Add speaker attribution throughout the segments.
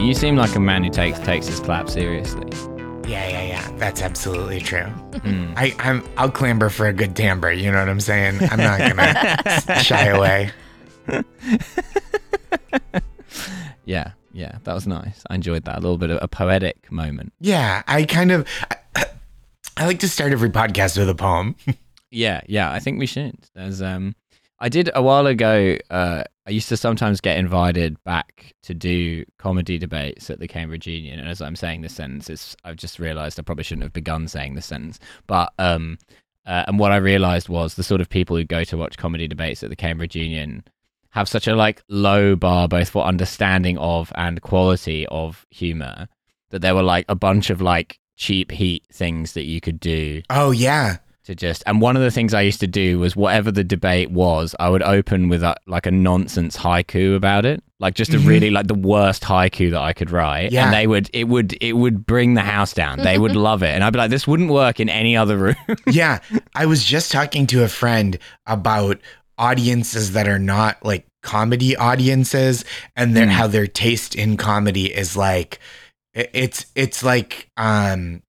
Speaker 1: you seem like a man who takes takes his clap seriously.
Speaker 2: Yeah, yeah, yeah. That's absolutely true.
Speaker 1: Mm.
Speaker 2: I, I'm I'll clamber for a good timbre. You know what I'm saying? I'm not gonna shy away.
Speaker 1: Yeah, yeah, that was nice. I enjoyed that. A little bit of a poetic moment.
Speaker 2: Yeah, I kind of. I, I like to start every podcast with a poem.
Speaker 1: Yeah, yeah, I think we should. There's um I did a while ago uh I used to sometimes get invited back to do comedy debates at the Cambridge Union and as I'm saying this sentence it's I've just realized I probably shouldn't have begun saying this sentence. But um uh, and what I realized was the sort of people who go to watch comedy debates at the Cambridge Union have such a like low bar both for understanding of and quality of humor that there were like a bunch of like cheap heat things that you could do
Speaker 2: Oh yeah,
Speaker 1: to just and one of the things i used to do was whatever the debate was i would open with a, like a nonsense haiku about it like just a really like the worst haiku that i could write
Speaker 2: Mm-hmm. Yeah.
Speaker 1: and they would it would it would bring the house down they would love it and i'd be like this wouldn't work in any other room
Speaker 2: yeah. I was just talking to a friend about audiences that are not like comedy audiences, and their
Speaker 1: Mm.
Speaker 2: how their taste in comedy is like. i- It's it's like um,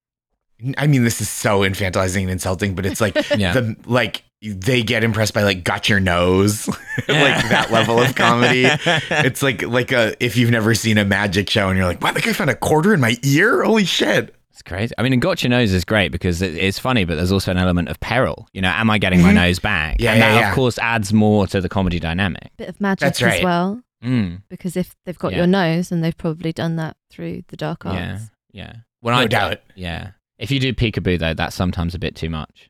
Speaker 2: I mean this is so infantilizing and insulting, but it's like
Speaker 1: Yeah.
Speaker 2: the like they get impressed by like got your nose like that level of comedy it's like like a if you've never seen a magic show and you're like wow that guy found a quarter in my ear holy shit
Speaker 1: It's crazy. I mean, and got your nose is great because it, it's funny, but there's also an element of peril. You know, am I getting my
Speaker 2: Mhm.
Speaker 1: nose back?
Speaker 2: Yeah,
Speaker 1: and
Speaker 2: yeah,
Speaker 1: that
Speaker 2: yeah.
Speaker 1: of course adds more to the comedy dynamic.
Speaker 3: Bit of magic
Speaker 2: That's right.
Speaker 3: as well,
Speaker 1: Mm,
Speaker 3: because if they've got
Speaker 1: Yeah.
Speaker 3: your nose, and they've probably done that through the dark arts.
Speaker 1: yeah, yeah. When
Speaker 2: No
Speaker 1: Oh, I
Speaker 2: doubt.
Speaker 1: yeah. If you do peekaboo though, that's sometimes a bit too much.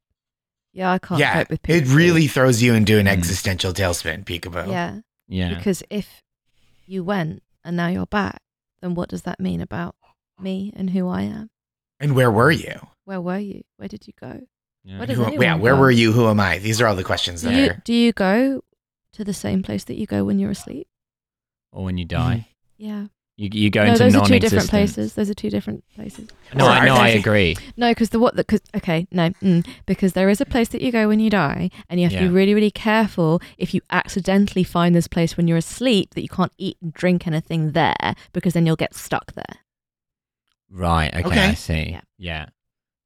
Speaker 3: Yeah, I can't
Speaker 2: yeah
Speaker 3: cope with people.
Speaker 2: it really throws you into an
Speaker 1: Mm.
Speaker 2: existential tailspin peekaboo
Speaker 3: Yeah,
Speaker 1: Yeah,
Speaker 3: because if you went and now you're back, then what does that mean about me and who I am?
Speaker 2: and where were you
Speaker 3: Where were you? Where did you go?
Speaker 1: yeah.
Speaker 3: What Does
Speaker 2: Who-
Speaker 3: anyone
Speaker 2: yeah where
Speaker 3: go?
Speaker 2: were you who am i these are all the questions
Speaker 3: Do
Speaker 2: that
Speaker 3: you,
Speaker 2: are
Speaker 3: do you go to the same place that you go when you're asleep?
Speaker 1: or when you die,
Speaker 3: Yeah.
Speaker 1: you you go
Speaker 3: no,
Speaker 1: into
Speaker 3: those are two
Speaker 1: non-existence.
Speaker 3: different places. Those are two different places.
Speaker 1: No,
Speaker 2: Or
Speaker 1: I
Speaker 2: are
Speaker 1: know. I
Speaker 2: they?
Speaker 1: agree.
Speaker 3: No, because the what? Because okay, no, mm, because there is a place that you go when you die, and you have to
Speaker 1: Yeah.
Speaker 3: be really, really careful if you accidentally find this place when you're asleep that you can't eat and drink anything there because then you'll get stuck there.
Speaker 1: Right. Okay.
Speaker 2: Okay.
Speaker 1: I see.
Speaker 3: Yeah.
Speaker 1: Yeah.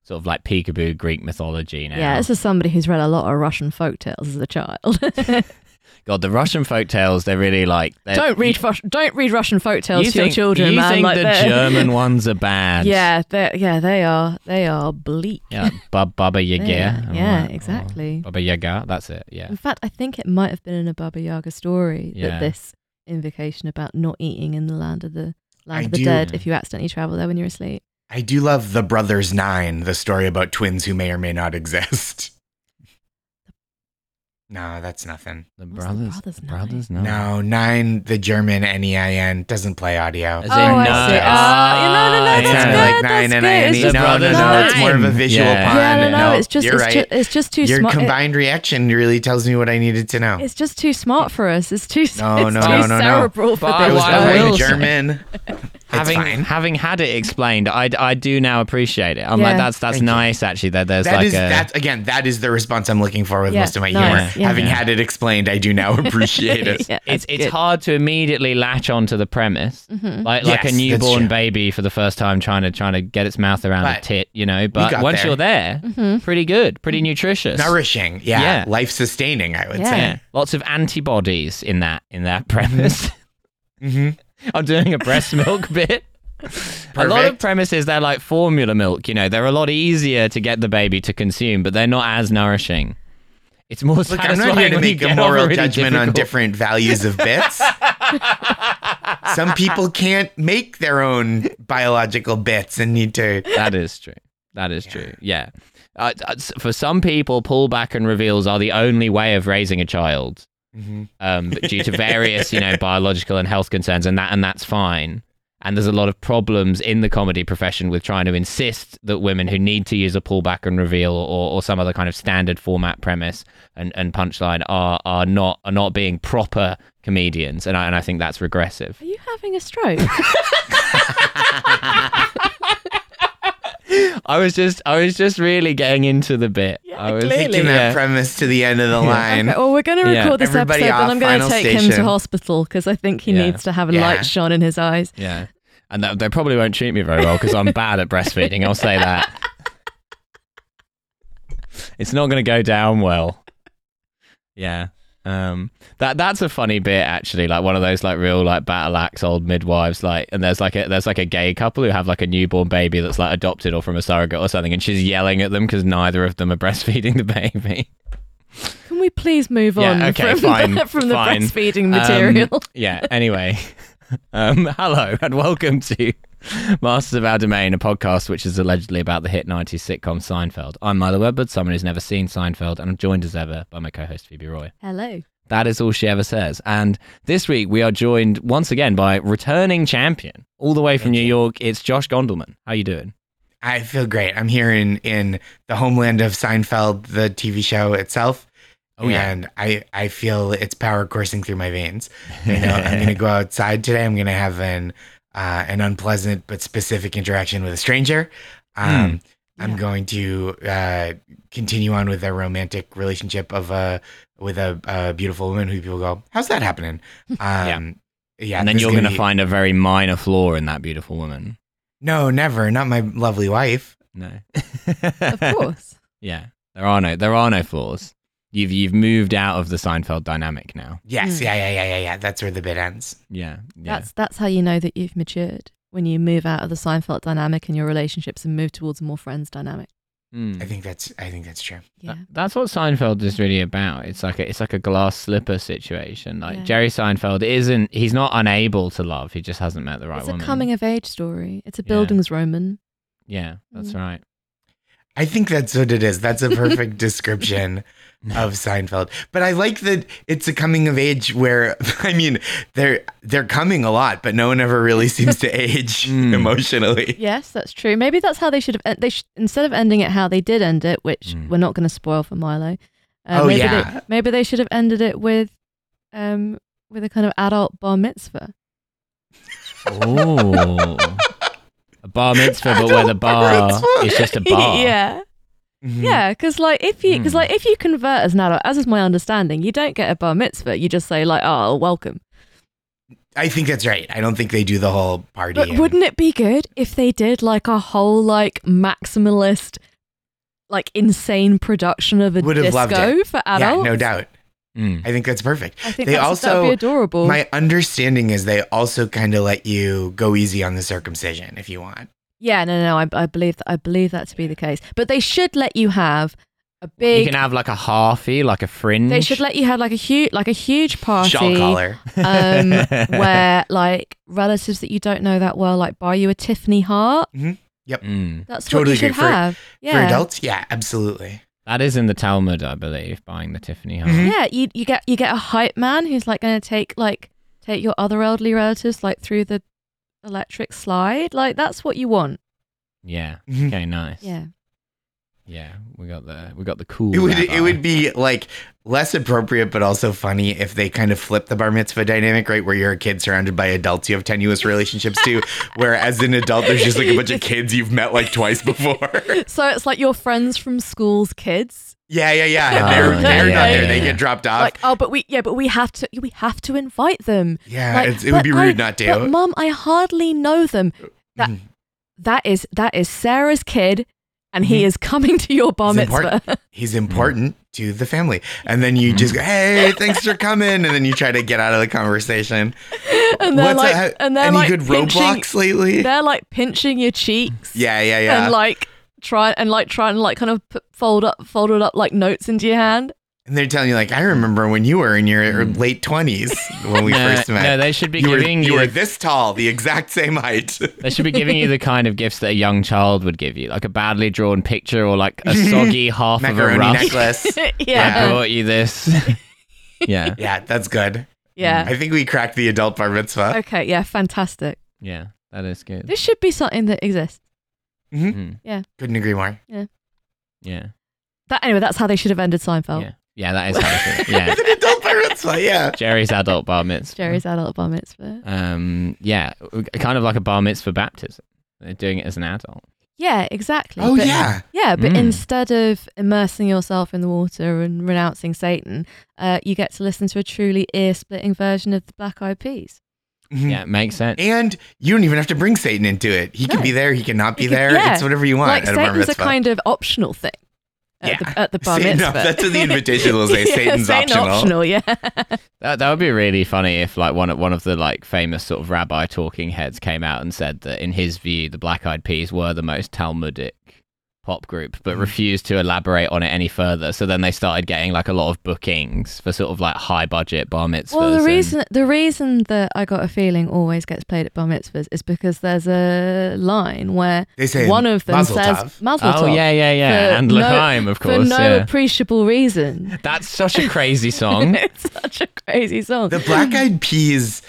Speaker 1: Sort of like peekaboo Greek mythology now.
Speaker 3: Yeah, this is somebody who's read a lot of Russian folktales as a child.
Speaker 1: Uh, God, the Russian folktales—they're really like they're-
Speaker 3: don't read Rus- don't read Russian folktales to your children,
Speaker 1: you
Speaker 3: man.
Speaker 1: think
Speaker 3: like
Speaker 1: the
Speaker 3: they're-
Speaker 1: German ones are bad?
Speaker 3: Yeah, they yeah, they are they are bleak.
Speaker 1: Yeah, like Bab- Baba Yaga.
Speaker 3: Yeah,
Speaker 1: I'm
Speaker 3: yeah,
Speaker 1: like, oh,
Speaker 3: exactly.
Speaker 1: Baba Yaga, that's it. Yeah.
Speaker 3: In fact, I think it might have been in a Baba Yaga story that
Speaker 1: Yeah.
Speaker 3: this invocation about not eating in the land of the
Speaker 2: I
Speaker 3: land of the
Speaker 2: do-
Speaker 3: dead if you accidentally travel there when you're asleep.
Speaker 2: i do love the brothers nine the story about twins who may or may not exist no that's nothing
Speaker 1: The
Speaker 3: What's the
Speaker 1: brothers,
Speaker 3: brothers
Speaker 1: the
Speaker 3: name?
Speaker 1: brothers, no.
Speaker 2: no nine the german n-e-i-n doesn't play audio
Speaker 1: As Oh, in I no. see.
Speaker 3: Oh,
Speaker 1: Ah,
Speaker 3: you know, no, no, that's
Speaker 1: yeah.
Speaker 3: good.
Speaker 2: Like nine
Speaker 3: that's
Speaker 2: and
Speaker 3: good.
Speaker 2: I
Speaker 3: It's
Speaker 2: need-
Speaker 3: just-
Speaker 1: The
Speaker 2: no, no,
Speaker 1: brothers
Speaker 2: no, it's
Speaker 1: nine.
Speaker 2: more of a visual
Speaker 1: Yeah.
Speaker 2: pun.
Speaker 3: yeah, no, no, it's just
Speaker 2: you're
Speaker 3: it's,
Speaker 2: right.
Speaker 3: ju- it's just too
Speaker 2: Your
Speaker 3: smart. it-
Speaker 2: combined reaction really tells me what I needed to know.
Speaker 3: it's just too smart for us. It's too it's
Speaker 2: No, no,
Speaker 3: too
Speaker 2: no, no, no.
Speaker 3: cerebral for
Speaker 1: But
Speaker 2: it was
Speaker 1: I
Speaker 2: probably
Speaker 1: will
Speaker 2: in
Speaker 1: say-
Speaker 2: German. it's
Speaker 1: Having
Speaker 2: fine.
Speaker 1: having had it explained, I, I do now appreciate it. I'm
Speaker 3: Yeah.
Speaker 1: like that's that's
Speaker 2: Thank you.
Speaker 1: nice actually. That there's
Speaker 2: That
Speaker 1: like
Speaker 2: is
Speaker 1: a
Speaker 2: that's again that is the response I'm looking for with
Speaker 3: Yeah,
Speaker 2: most of my
Speaker 3: nice,
Speaker 2: humor.
Speaker 3: yeah.
Speaker 2: Having had it explained, I do now appreciate it.
Speaker 3: yeah,
Speaker 1: it's it's hard to immediately latch onto the premise.
Speaker 3: hmm
Speaker 1: Like like
Speaker 2: Yes,
Speaker 1: a
Speaker 2: that's true.
Speaker 1: newborn baby for the first time trying to trying to get its mouth around
Speaker 2: But
Speaker 1: a tit, you know. But
Speaker 2: got
Speaker 1: once
Speaker 2: there.
Speaker 1: you're there,
Speaker 3: hmm
Speaker 1: pretty good, pretty nutritious.
Speaker 2: Nourishing, yeah,
Speaker 1: Yeah.
Speaker 2: life sustaining. I would
Speaker 3: Yeah.
Speaker 1: yeah. Lots of antibodies in that in that
Speaker 2: Mm-hmm.
Speaker 1: premise.
Speaker 2: say. hmm
Speaker 1: I'm doing a breast milk bit. A lot of
Speaker 2: Perfect.
Speaker 1: premises, they're like formula milk, you know, they're a lot easier to get the baby to consume, but they're not as nourishing. It's more
Speaker 2: Look, I'm
Speaker 1: satisfying
Speaker 2: not here to
Speaker 1: when you
Speaker 2: make a
Speaker 1: get
Speaker 2: moral
Speaker 1: over really
Speaker 2: judgment on
Speaker 1: difficult-
Speaker 2: different values of bits. Some people can't make their own biological bits and need to.
Speaker 1: That is true. That is true. Yeah. Uh, uh, s- for some people, pullback and reveals are the only way of raising a child
Speaker 3: Mm-hmm.
Speaker 2: Mhm.
Speaker 1: um, due to various, you know, biological and health concerns, and that and that's fine. And there's a lot of problems in the comedy profession with trying to insist that women who need to use a pullback and reveal or, or some other kind of standard format premise and, and punchline are are not are not being proper comedians, and I, and I think that's regressive.
Speaker 3: Are you having a stroke?
Speaker 1: I was just I was just really getting into the bit.
Speaker 3: Yeah,
Speaker 1: I was
Speaker 3: clearly.
Speaker 2: Taking that premise to the end of the line.
Speaker 3: Okay, well, we're going to record
Speaker 1: Yeah.
Speaker 3: this
Speaker 2: Everybody
Speaker 3: episode,
Speaker 2: off,
Speaker 3: and I'm going
Speaker 2: final
Speaker 3: to take him
Speaker 2: station.
Speaker 3: to hospital because I think he
Speaker 1: Yeah.
Speaker 3: needs to have a
Speaker 2: Yeah.
Speaker 3: light shone in his eyes.
Speaker 1: Yeah. and that they probably won't treat me very well because I'm bad at breastfeeding. I'll say that. It's not going to go down well. Yeah. Um that that's a funny bit actually like one of those like real like battle axe old midwives like and there's like a there's like a gay couple who have like a newborn baby that's like adopted or from a surrogate or something and she's yelling at them cuz neither of them are breastfeeding the baby.
Speaker 3: Can we please move
Speaker 1: Yeah,
Speaker 3: on
Speaker 1: okay,
Speaker 3: from,
Speaker 1: fine,
Speaker 3: the, from the
Speaker 1: fine.
Speaker 3: breastfeeding
Speaker 1: Um,
Speaker 3: material?
Speaker 1: yeah. Anyway, um, hello and welcome to Masters of Our Domain, a podcast which is allegedly about the hit 90s sitcom Seinfeld. I'm Milo Edwards, someone who's never seen Seinfeld, and I'm joined as ever by my co-host Phoebe Roy.
Speaker 3: Hello.
Speaker 1: That is all she ever says. And this week we are joined once again by returning champion, all the way from New York. It's Josh Gondelman. How you doing?
Speaker 2: I feel great. I'm here in in the homeland of Seinfeld, the TV show itself.
Speaker 1: Oh, yeah.
Speaker 2: and I I feel its power coursing through my veins. You know, I'm gonna go outside today. I'm gonna have an uh, an unpleasant but specific interaction with a stranger.
Speaker 1: Hmm.
Speaker 2: Um, I'm
Speaker 3: Yeah.
Speaker 2: going to uh, continue on with a romantic relationship of a with a, a beautiful woman who people go, "How's that happening?" Um, yeah.
Speaker 1: and then
Speaker 2: this is
Speaker 1: you're going to
Speaker 2: be-
Speaker 1: find a very minor flaw in that beautiful woman.
Speaker 2: no, never, not my lovely wife.
Speaker 1: No.
Speaker 3: Of course.
Speaker 1: Yeah, there are no there are no flaws. You've you've moved out of the Seinfeld dynamic now.
Speaker 2: Yes,
Speaker 3: Mm.
Speaker 2: yeah, yeah, yeah, yeah, yeah. That's where the bit ends.
Speaker 1: Yeah, yeah.
Speaker 3: That's that's how you know that you've matured when you move out of the Seinfeld dynamic in your relationships and move towards a more friends dynamic.
Speaker 1: Mm.
Speaker 3: Hmm.
Speaker 2: I think that's I think that's true.
Speaker 3: Yeah.
Speaker 1: That- that's what Seinfeld is really about. It's like a, it's like a glass slipper situation. Like
Speaker 3: Yeah.
Speaker 1: Jerry Seinfeld isn't he's not unable to love. He just hasn't met the right
Speaker 3: it's
Speaker 1: woman.
Speaker 3: a coming of age story. It's a
Speaker 1: Yeah.
Speaker 3: Bildungsroman.
Speaker 1: yeah, that's
Speaker 3: Mm.
Speaker 1: right.
Speaker 2: I think that's what it is. That's a perfect description of Seinfeld. But I like that it's a coming of age where I mean they're they're coming a lot, but no one ever really seems to age
Speaker 3: Hmm.
Speaker 1: Mm.
Speaker 2: emotionally.
Speaker 3: Yes, that's true. Maybe that's how they should have. en- They should, instead of ending it how they did end it, which
Speaker 1: Mm.
Speaker 3: we're not going to spoil for Milo. Uh,
Speaker 2: Hmm. Oh,
Speaker 3: maybe
Speaker 2: yeah.
Speaker 3: They, maybe they should have ended it with, um, with a kind of adult bar mitzvah.
Speaker 1: Oh. a bar mitzvah, but where the
Speaker 2: Adult bar
Speaker 1: bar
Speaker 2: mitzvah.
Speaker 1: is just a bar.
Speaker 3: yeah.
Speaker 2: Mm-hmm. Hmm.
Speaker 3: Yeah, because like if you because
Speaker 1: Hmm.
Speaker 3: like if you convert as an adult, as is my understanding, you don't get a bar mitzvah. You just say like, "Oh, welcome."
Speaker 2: I think that's right. I don't think they do the whole party.
Speaker 3: But
Speaker 2: and-
Speaker 3: wouldn't it be good if they did like a whole like maximalist, like insane production of a
Speaker 2: Would have loved
Speaker 3: disco for
Speaker 2: yeah,
Speaker 3: adults?
Speaker 2: no doubt.
Speaker 1: Mm.
Speaker 2: I think that's perfect.
Speaker 3: I think
Speaker 2: They
Speaker 3: that's, that would
Speaker 2: also-
Speaker 3: be adorable.
Speaker 2: My understanding is they also kind of let you go easy on the circumcision if you want.
Speaker 3: yeah, no, no, I, I believe that. I believe that to be the case. But they should let you have a
Speaker 1: You
Speaker 3: big.
Speaker 1: can have like a halfy, like a fringe.
Speaker 3: they should let you have like a huge, like a huge party.
Speaker 2: Shawl collar.
Speaker 3: um, where like relatives that you don't know that well like buy you a Tiffany heart.
Speaker 1: Mm.
Speaker 3: That's
Speaker 2: Totally
Speaker 3: what you should
Speaker 2: good for-
Speaker 3: have. Yeah.
Speaker 2: For adults? Yeah, absolutely.
Speaker 1: That is in the Talmud, I believe, buying the Tiffany heart.
Speaker 2: Mhm.
Speaker 3: Yeah, you you get you get a hype man who's like going to take like take your other elderly relatives like through the electric slide. Like that's what you want.
Speaker 1: Yeah.
Speaker 2: Mhm.
Speaker 1: Okay, nice.
Speaker 3: Mm-hmm. Yeah.
Speaker 1: Yeah, we got the we got the cool.
Speaker 2: It would
Speaker 1: rabbi.
Speaker 2: it would be like less appropriate, but also funny if they kind of flip the bar mitzvah dynamic, right? Where you're a kid surrounded by adults you have tenuous relationships to, where as an adult there's just like a bunch of kids you've met like twice before.
Speaker 3: So it's like your friends from school's kids.
Speaker 2: yeah, yeah, yeah. And
Speaker 1: Oh,
Speaker 2: they're
Speaker 1: yeah,
Speaker 2: they're
Speaker 1: yeah,
Speaker 2: not
Speaker 1: yeah,
Speaker 2: there. They
Speaker 1: yeah.
Speaker 2: get dropped off.
Speaker 3: Like oh, but we yeah, but we have to we have to invite them.
Speaker 2: yeah,
Speaker 3: Like,
Speaker 2: it's, it would
Speaker 3: but
Speaker 2: be
Speaker 3: I-
Speaker 2: rude not to.
Speaker 3: But mum, I hardly know them. that-
Speaker 2: Mhm.
Speaker 3: That is that is Sarah's kid, and
Speaker 2: Mm-hmm.
Speaker 3: he is coming to your bar
Speaker 2: It's
Speaker 3: mitzvah.
Speaker 2: important. He's important
Speaker 3: Mm.
Speaker 2: to the family, and then
Speaker 3: Mm-hmm.
Speaker 2: you just go, "Hey, thanks for coming," and then you try to get out of the conversation.
Speaker 3: and they're
Speaker 2: What's
Speaker 3: like,
Speaker 2: up?
Speaker 3: and they're
Speaker 2: Any
Speaker 3: like
Speaker 2: good
Speaker 3: pinching,
Speaker 2: Roblox lately?
Speaker 3: They're like pinching your cheeks.
Speaker 2: yeah, yeah, yeah.
Speaker 3: And like try and like try and like kind of put, fold up, folded up like notes into your hand.
Speaker 2: And they're telling you, like, I remember when you were in your
Speaker 1: Mm.
Speaker 2: late twenties when we
Speaker 1: no,
Speaker 2: first met.
Speaker 1: no, they should be
Speaker 2: you were,
Speaker 1: giving
Speaker 2: you
Speaker 1: you.
Speaker 2: were this tall, the exact same height.
Speaker 1: they should be giving you the kind of gifts that a young child would give you, like a badly drawn picture or like a soggy half of a
Speaker 2: Macaroni
Speaker 1: ruff.
Speaker 2: necklace.
Speaker 3: yeah.
Speaker 1: I
Speaker 3: Yeah.
Speaker 1: brought you this. yeah,
Speaker 2: yeah, that's good. I think we cracked the adult bar mitzvah.
Speaker 3: Okay. Yeah. Fantastic.
Speaker 1: yeah, that is good.
Speaker 3: This should be something that exists.
Speaker 1: Mm,
Speaker 2: Couldn't agree more.
Speaker 1: yeah,
Speaker 3: That anyway. That's how they should have ended Seinfeld.
Speaker 1: yeah, yeah. That is how it is. Yeah,
Speaker 2: It's an adult bar mitzvah, yeah.
Speaker 1: Jerry's adult bar mitzvah.
Speaker 3: Jerry's adult bar mitzvah.
Speaker 1: Um, yeah, kind of like a bar mitzvah baptism. They're doing it as an adult.
Speaker 3: Yeah. Exactly.
Speaker 2: Oh
Speaker 3: But-
Speaker 2: yeah.
Speaker 3: Yeah, but
Speaker 1: Mm.
Speaker 3: instead of immersing yourself in the water and renouncing Satan, uh, you get to listen to a truly ear-splitting version of the Black Eyed Peas.
Speaker 2: Mhm.
Speaker 1: Yeah, makes sense.
Speaker 2: And you don't even have to bring Satan into it. He
Speaker 3: No.
Speaker 2: can be there. He cannot be
Speaker 3: He can-
Speaker 2: there.
Speaker 3: yeah.
Speaker 2: It's whatever you want.
Speaker 3: like
Speaker 2: at a bar
Speaker 3: Satan's a
Speaker 2: mitzvah.
Speaker 3: kind of optional thing at
Speaker 2: Yeah.
Speaker 3: the at the bar
Speaker 2: Satan- no,
Speaker 3: mitzvah.
Speaker 2: that's what the invitation will say,
Speaker 3: Yeah,
Speaker 2: Satan's
Speaker 3: Satan
Speaker 2: optional.
Speaker 3: Yeah,
Speaker 1: That that would be really funny if like one of one of the like famous sort of rabbi talking heads came out and said that in his view the Black Eyed Peas were the most Talmudic pop group,
Speaker 3: Hmm.
Speaker 1: but refused to elaborate on it any further. So then they started getting like a lot of bookings for sort of like high budget bar mitzvahs.
Speaker 3: Well, the
Speaker 1: and-
Speaker 3: reason the reason that I got a feeling always gets played at bar mitzvahs is because there's a line where
Speaker 2: They say
Speaker 3: one of them
Speaker 2: Mazel
Speaker 3: says
Speaker 2: Tov.
Speaker 3: Mazel
Speaker 1: Oh
Speaker 3: Tov
Speaker 1: yeah, yeah, yeah,
Speaker 3: for
Speaker 1: and
Speaker 3: no-
Speaker 1: L'chaim, of
Speaker 3: for
Speaker 1: course.
Speaker 3: no
Speaker 1: yeah.
Speaker 3: appreciable reason.
Speaker 1: That's such a crazy song.
Speaker 3: it's such a crazy song.
Speaker 1: Oh.
Speaker 2: the Black Eyed Peas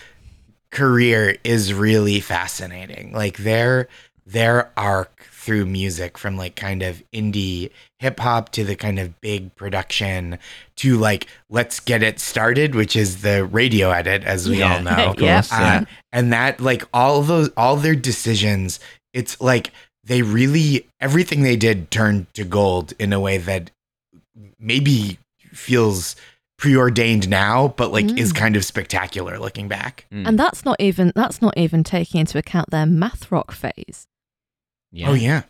Speaker 2: career is really fascinating. Like their their arc through music from like kind of indie hip hop to the kind of big production to like let's get it started, which is the radio edit, as we all know.
Speaker 1: of course.
Speaker 3: Yep.
Speaker 1: yeah.
Speaker 2: Uh, and that like all those all their decisions it's like they really everything they did turned to gold in a way that maybe feels preordained now but like is
Speaker 3: Mm.
Speaker 2: kind of spectacular looking back
Speaker 1: Mm.
Speaker 3: and that's not even that's not even taking into account their math rock phase.
Speaker 1: yeah.
Speaker 2: oh yeah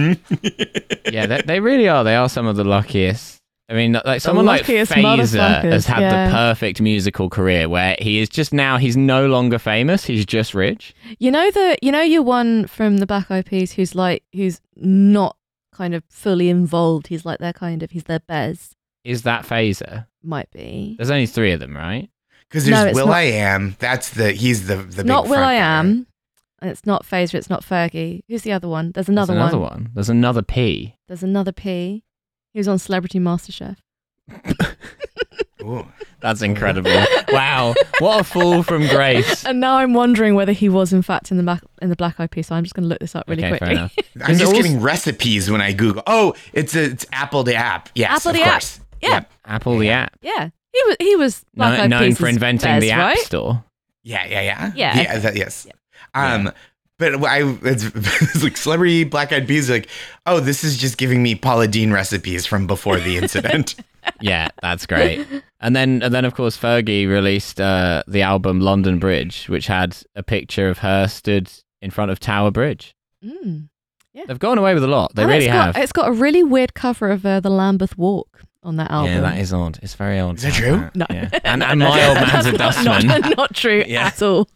Speaker 1: yeah, they, they really are. They are some of the luckiest. I mean, like someone like
Speaker 3: luckiest
Speaker 1: Phaser
Speaker 3: motherfuckers,
Speaker 1: has had
Speaker 3: yeah.
Speaker 1: the perfect musical career where he is just now he's no longer famous. He's just rich.
Speaker 3: You know the you know your one from the Black Eyed Peas who's like who's not kind of fully involved. He's like their kind of he's their bez
Speaker 1: Is that Phaser?
Speaker 3: might be.
Speaker 1: There's only three of them, right?
Speaker 2: because
Speaker 3: No,
Speaker 2: there's
Speaker 3: it's
Speaker 2: will
Speaker 3: not-
Speaker 2: i am that's the he's the the big
Speaker 3: not Will
Speaker 2: front
Speaker 3: I
Speaker 2: guy.
Speaker 3: Am. And it's not Phaser, it's not Fergie. Who's the other one? There's another,
Speaker 1: There's another
Speaker 3: one.
Speaker 1: one. There's another P.
Speaker 3: There's another P. He was on Celebrity MasterChef.
Speaker 2: Ooh.
Speaker 1: That's incredible. wow, what a fool from grace.
Speaker 3: And now I'm wondering whether he was in fact in the Mac- in the Black Eyed Peas. So I'm just going to look this up really
Speaker 1: okay, fair
Speaker 3: quickly.
Speaker 1: enough.
Speaker 2: i'm just
Speaker 1: also-
Speaker 2: getting recipes when i google oh it's a, it's apple to app yes
Speaker 3: Apple
Speaker 2: of
Speaker 3: to app.
Speaker 2: course
Speaker 3: Yeah.
Speaker 2: Yep.
Speaker 1: Apple the app,
Speaker 3: Yeah, he was. He was Black
Speaker 1: no,
Speaker 3: Eyed
Speaker 1: known
Speaker 3: Peas'
Speaker 1: for inventing
Speaker 3: Bez,
Speaker 1: the app
Speaker 3: right?
Speaker 1: store.
Speaker 2: Yeah, yeah, yeah.
Speaker 3: Yeah.
Speaker 2: Yeah, that, yes.
Speaker 1: Yeah.
Speaker 2: Um, but I it's, it's like celebrity black eyed peas like, "Oh, this is just giving me Paula Dean recipes from before the incident."
Speaker 1: yeah, that's great. And then, and then, of course, Fergie released uh, the album London Bridge, which had a picture of her stood in front of Tower Bridge.
Speaker 3: Mm.
Speaker 1: They've gone away with a lot. They
Speaker 3: And
Speaker 1: really
Speaker 3: Oh, it's
Speaker 1: have.
Speaker 3: Got, it's got a really weird cover of uh, the Lambeth Walk on that album.
Speaker 1: yeah, that is odd. It's very odd.
Speaker 2: Is that
Speaker 1: to have
Speaker 2: true?
Speaker 1: that.
Speaker 3: No.
Speaker 1: Yeah. And, and my old man's a
Speaker 3: That's not-
Speaker 1: dustman.
Speaker 3: Not, not true
Speaker 1: Yeah.
Speaker 3: at all.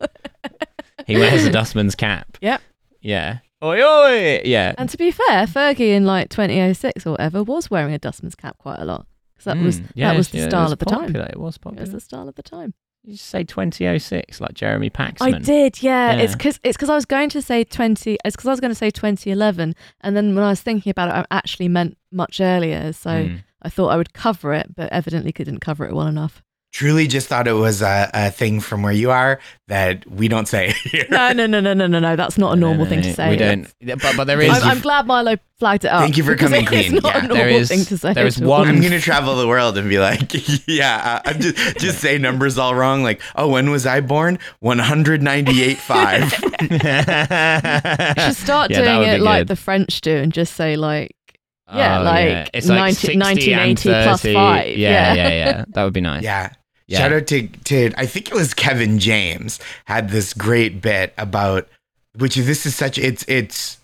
Speaker 1: He wears a dustman's cap.
Speaker 3: Yep.
Speaker 1: Yeah. Oi, oi. Yeah.
Speaker 3: And to be fair, Fergie in like 2006 or whatever was wearing a dustman's cap quite a lot because that was
Speaker 1: Mm. Yeah,
Speaker 3: that was the
Speaker 1: yeah, it
Speaker 3: style of the time.
Speaker 1: popular. It was
Speaker 3: It
Speaker 1: popular.
Speaker 3: was the style of the time.
Speaker 1: You just say 2006, like Jeremy Paxman.
Speaker 3: I did, yeah.
Speaker 1: Yeah.
Speaker 3: It's because it's because I was going to say 20. It's because I was going to say 2011, and then when I was thinking about it, I actually meant much earlier. So
Speaker 1: Mm.
Speaker 3: I thought I would cover it, but evidently couldn't cover it well enough.
Speaker 2: Truly just thought it was a, a thing from where you are that we don't say here.
Speaker 3: No, no, no, no, no, no, no. That's not a
Speaker 1: No,
Speaker 3: normal
Speaker 1: no,
Speaker 3: thing
Speaker 1: no,
Speaker 3: to say.
Speaker 1: We don't. But, but there is.
Speaker 3: I'm, I'm glad Milo flagged it up.
Speaker 2: Thank you for
Speaker 3: because
Speaker 2: coming
Speaker 3: it's
Speaker 2: clean.
Speaker 3: not
Speaker 2: Yeah,
Speaker 3: a
Speaker 1: there
Speaker 3: normal
Speaker 1: is-
Speaker 3: thing to say.
Speaker 1: there is
Speaker 3: at all.
Speaker 1: one-
Speaker 2: I'm going to travel the world and be like, "Yeah, uh, I'm just just say numbers all wrong like, "Oh, when was I born? 198.5."
Speaker 3: You should start
Speaker 1: Yeah, that
Speaker 3: doing
Speaker 1: would be
Speaker 3: it like
Speaker 1: good.
Speaker 3: the French do and just say like Yeah,
Speaker 1: Oh,
Speaker 3: like
Speaker 1: It's like
Speaker 3: 19
Speaker 1: 60 and
Speaker 3: 1980 plus
Speaker 1: 30.
Speaker 3: five,
Speaker 1: Yeah,
Speaker 3: yeah.
Speaker 1: yeah, yeah. That would be nice.
Speaker 2: yeah.
Speaker 1: Yeah.
Speaker 2: Shout out to, to I think it was Kevin James had this great bit about which is- this is such it's it's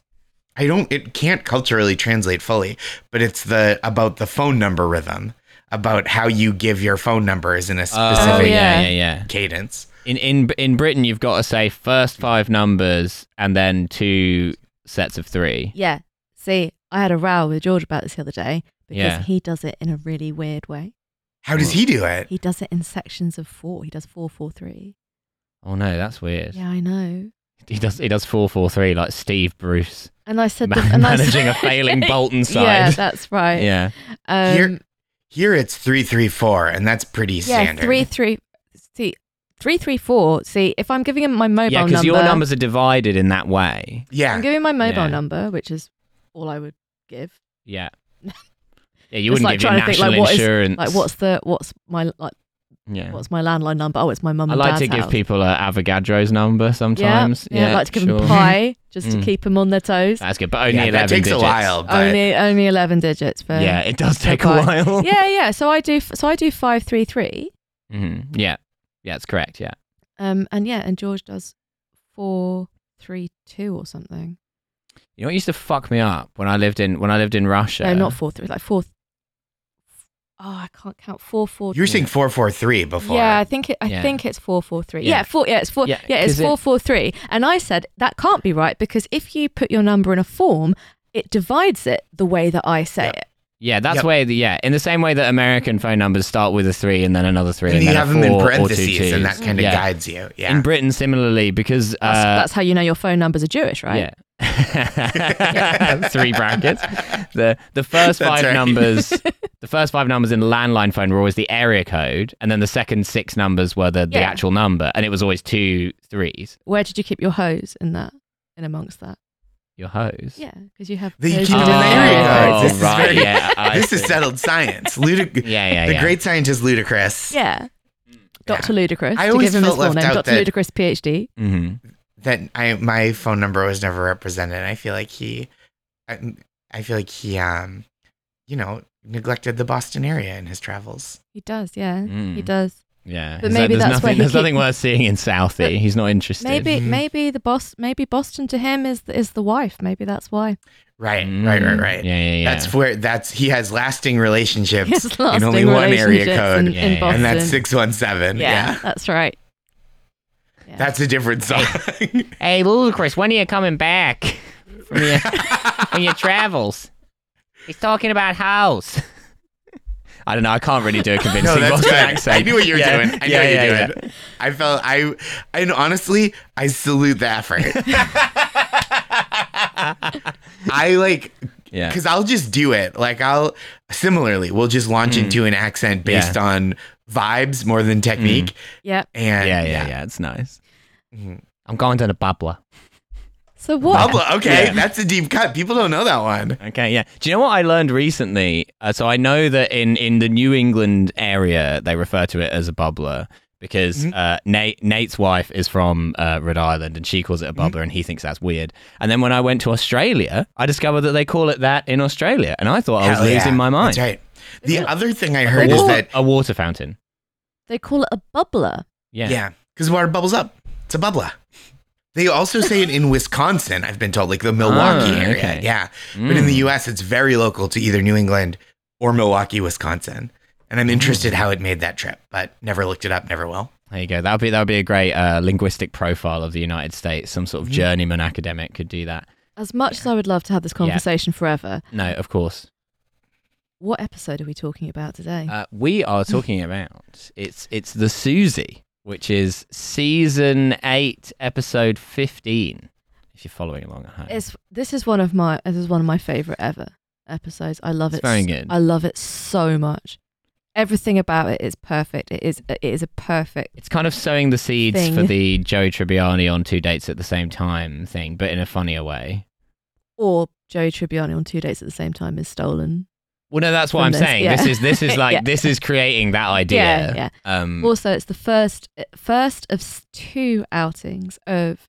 Speaker 2: I don't it can't culturally translate fully, but it's the about the phone number rhythm, about how you give your phone numbers in a
Speaker 1: Oh,
Speaker 2: specific
Speaker 1: yeah,
Speaker 3: yeah.
Speaker 1: yeah, yeah.
Speaker 2: cadence.
Speaker 1: In in in Britain, you've got to say first five numbers and then two sets of three.
Speaker 3: yeah. See, I had a row with George about this the other day because
Speaker 1: Yeah.
Speaker 3: he does it in a really weird way.
Speaker 2: How does he do it?
Speaker 3: He does it in sections of four. He does four, four, three.
Speaker 1: Oh no, that's weird.
Speaker 3: Yeah, I know.
Speaker 1: He does he does four four three like Steve Bruce
Speaker 3: And I said,
Speaker 1: ma-
Speaker 3: the, and I
Speaker 1: managing a
Speaker 3: said-
Speaker 1: failing Bolton
Speaker 3: Yeah,
Speaker 1: side.
Speaker 3: that's right.
Speaker 1: Yeah.
Speaker 3: Um,
Speaker 2: here here it's 334 and that's pretty
Speaker 3: yeah,
Speaker 2: standard.
Speaker 3: three, three. See, three, three, four. See, if I'm giving him my mobile
Speaker 1: Yeah, because
Speaker 3: number,
Speaker 1: your numbers are divided in that way.
Speaker 3: I'm
Speaker 2: yeah.
Speaker 3: giving my mobile
Speaker 1: Yeah.
Speaker 3: number, which is all I would give.
Speaker 1: Yeah. Yeah, you
Speaker 3: It's
Speaker 1: wouldn't
Speaker 3: like
Speaker 1: give your
Speaker 3: trying to think,
Speaker 1: national
Speaker 3: like, what is-
Speaker 1: insurance.
Speaker 3: Like, what's the what's my like
Speaker 1: yeah.
Speaker 3: what's my landline number? Oh, it's my mum.
Speaker 1: I
Speaker 3: and
Speaker 1: like
Speaker 3: dad's
Speaker 1: to give
Speaker 3: house.
Speaker 1: people uh, Avogadro's number sometimes.
Speaker 3: Yeah, yeah, I like to give
Speaker 1: sure.
Speaker 3: them pie just to
Speaker 1: Mm.
Speaker 3: keep them on their toes.
Speaker 1: That's good, but only
Speaker 2: Yeah,
Speaker 1: eleven.
Speaker 2: that takes a
Speaker 1: digits.
Speaker 3: Oh,
Speaker 2: while, but
Speaker 3: Only only eleven digits, but
Speaker 1: Yeah, it does take a
Speaker 3: pie.
Speaker 1: while.
Speaker 3: yeah, yeah. So I do f- so I do five three three,
Speaker 1: Mhm. Mm-hmm. Yeah. Yeah, it's correct. Yeah.
Speaker 3: Um, and yeah, and George does four, three, two or something.
Speaker 1: You know what used to fuck me up when I lived in when I lived in Russia?
Speaker 3: No, not four, three, like four. th- Oh, I can't count. Four, four.
Speaker 2: You were saying four four three before.
Speaker 3: Yeah, I think it, I
Speaker 1: Yeah.
Speaker 3: think it's four four three.
Speaker 1: Yeah.
Speaker 3: Yeah, four. Yeah, it's four.
Speaker 1: Yeah,
Speaker 3: Yeah, it's
Speaker 1: 'cause it-
Speaker 3: four four three. And I said that can't be right because if you put your number in a form, it divides it the way that I say
Speaker 2: Yep.
Speaker 3: it.
Speaker 1: Yeah, that's
Speaker 2: Yep.
Speaker 1: way the yeah. In the same way that American phone numbers start with a three and then another three,
Speaker 2: And
Speaker 1: and,
Speaker 2: you
Speaker 1: then
Speaker 2: have
Speaker 1: a
Speaker 2: them in
Speaker 1: four or two
Speaker 2: parentheses, and that
Speaker 1: twos.
Speaker 2: kind of
Speaker 1: Yeah.
Speaker 2: guides you. Yeah.
Speaker 1: In Britain, similarly, because uh,
Speaker 3: That's, that's how you know your phone numbers are Jewish, right?
Speaker 1: Yeah. Three brackets. The the first
Speaker 2: That's
Speaker 1: five
Speaker 2: right.
Speaker 1: numbers the first five numbers in the landline phone were always the area code and then the second six numbers were the, the
Speaker 3: Yeah.
Speaker 1: actual number and it was always two threes.
Speaker 3: Where did you keep your hose in that? In amongst that,
Speaker 1: Your hose.
Speaker 3: yeah, Oh, because you have
Speaker 2: That you
Speaker 3: hose
Speaker 2: keep
Speaker 3: in
Speaker 2: in the
Speaker 3: different
Speaker 2: area
Speaker 3: areas.
Speaker 2: codes. This is
Speaker 1: Oh, right,
Speaker 2: very-
Speaker 1: yeah, I
Speaker 2: this is
Speaker 1: see.
Speaker 2: settled science. Ludic-
Speaker 1: Yeah, yeah,
Speaker 2: the
Speaker 1: yeah.
Speaker 2: great scientist Ludicrous.
Speaker 3: Yeah, Doctor Ludacris.
Speaker 2: I
Speaker 3: to
Speaker 2: always
Speaker 3: give him his
Speaker 2: felt
Speaker 3: full
Speaker 2: left
Speaker 3: name,
Speaker 2: out
Speaker 3: Doctor
Speaker 2: that-
Speaker 3: Ludacris, PhD.
Speaker 1: hmm
Speaker 2: That I my phone number was never represented. I feel like he, I, I feel like he, um, you know, neglected the Boston area in his travels.
Speaker 3: He does, yeah, he
Speaker 1: Mm.
Speaker 3: does.
Speaker 1: Yeah.
Speaker 3: But
Speaker 1: Is
Speaker 3: maybe
Speaker 1: there's
Speaker 3: that's
Speaker 1: nothing,
Speaker 3: where he
Speaker 1: there's
Speaker 3: keep-
Speaker 1: nothing worth seeing in Southie. He's not interested.
Speaker 3: Maybe,
Speaker 2: Mhm.
Speaker 3: maybe the boss, maybe Boston to him is the, is the wife. Maybe that's why.
Speaker 2: Right,
Speaker 1: Mm.
Speaker 2: right, right, right.
Speaker 1: Yeah, yeah, yeah.
Speaker 2: That's where that's he has lasting relationships
Speaker 3: His
Speaker 2: in
Speaker 3: lasting
Speaker 2: only one area
Speaker 3: relationships
Speaker 2: code,
Speaker 3: in, in
Speaker 1: Yeah, yeah.
Speaker 3: Boston.
Speaker 2: and that's six one seven.
Speaker 3: yeah,
Speaker 2: Yeah.
Speaker 3: that's right. Yeah.
Speaker 2: that's a different song.
Speaker 1: Hey, Ludacris, when are you coming back from your, from your travels? He's talking about house. I don't know. I can't really do a convincing
Speaker 2: No, that's
Speaker 1: Boston
Speaker 2: good.
Speaker 1: accent.
Speaker 2: I knew what you were
Speaker 1: Yeah,
Speaker 2: doing. I
Speaker 1: yeah,
Speaker 2: knew what you were
Speaker 1: yeah,
Speaker 2: doing. I felt I and honestly, I salute the effort. I like
Speaker 1: Yeah.
Speaker 2: because I'll just do it. Like I'll similarly, we'll just launch
Speaker 1: Mm.
Speaker 2: into an accent based on vibes more than technique.
Speaker 3: yeah.
Speaker 2: And
Speaker 1: Mm. yeah, yeah, yeah, yeah. It's nice.
Speaker 2: Mhm.
Speaker 1: I'm going to the Babla.
Speaker 3: So what?
Speaker 2: Bubba, okay,
Speaker 1: Yeah.
Speaker 2: that's a deep cut. People don't know that one.
Speaker 1: Okay, yeah. Do you know what I learned recently? Uh, so I know that in, in the New England area, they refer to it as a bubbler because
Speaker 2: Mhm.
Speaker 1: uh, Nate, Nate's wife is from uh, Rhode Island and she calls
Speaker 2: Mm-hmm.
Speaker 1: it a bubbler and he thinks that's weird. And then when I went to Australia, I discovered that they call it that in Australia. And I thought I was
Speaker 2: Hell yeah.
Speaker 1: losing my mind.
Speaker 2: That's right. The
Speaker 3: Yeah.
Speaker 2: other thing I
Speaker 1: A
Speaker 2: heard
Speaker 1: wa-
Speaker 2: is that
Speaker 1: a water fountain.
Speaker 3: They call it a bubbler.
Speaker 1: Yeah.
Speaker 2: yeah, because water bubbles up. It's a bubbler. They also say it in Wisconsin. I've been told, like the Milwaukee
Speaker 1: Ah,
Speaker 2: area.
Speaker 1: okay. Mm.
Speaker 2: Yeah, but in the U.S., it's very local to either New England or Milwaukee, Wisconsin. And
Speaker 1: Mm.
Speaker 2: I'm interested how it made that trip, but never looked it up. Never will.
Speaker 1: There you go. That would be that would be a great uh, linguistic profile of the United States. Some sort of
Speaker 2: Mhm.
Speaker 1: journeyman academic could do that.
Speaker 3: As much as I would love to have this conversation forever,
Speaker 1: No, of course.
Speaker 3: what episode are we talking about today?
Speaker 1: Uh, we are talking about it's it's the Susie, which is season eight, episode fifteen. If you're following along at home,
Speaker 3: it's this is one of my this is one of my favorite ever episodes. I love
Speaker 1: It's
Speaker 3: it.
Speaker 1: very
Speaker 3: s-
Speaker 1: good.
Speaker 3: I love it so much. Everything about it is perfect. It is it is a perfect.
Speaker 1: it's kind of sowing the seeds
Speaker 3: Thing.
Speaker 1: for the Joe Tribbiani on two dates at the same time thing, but in a funnier way.
Speaker 3: Or Joey Tribbiani on two dates at the same time is stolen.
Speaker 1: Well, no, that's what
Speaker 3: From
Speaker 1: I'm
Speaker 3: this,
Speaker 1: saying.
Speaker 3: yeah.
Speaker 1: This is this is like
Speaker 3: Yeah.
Speaker 1: this is creating that idea.
Speaker 3: Yeah, yeah.
Speaker 2: Mm.
Speaker 1: Um,
Speaker 3: Also, it's the first eh, first of s- two outings of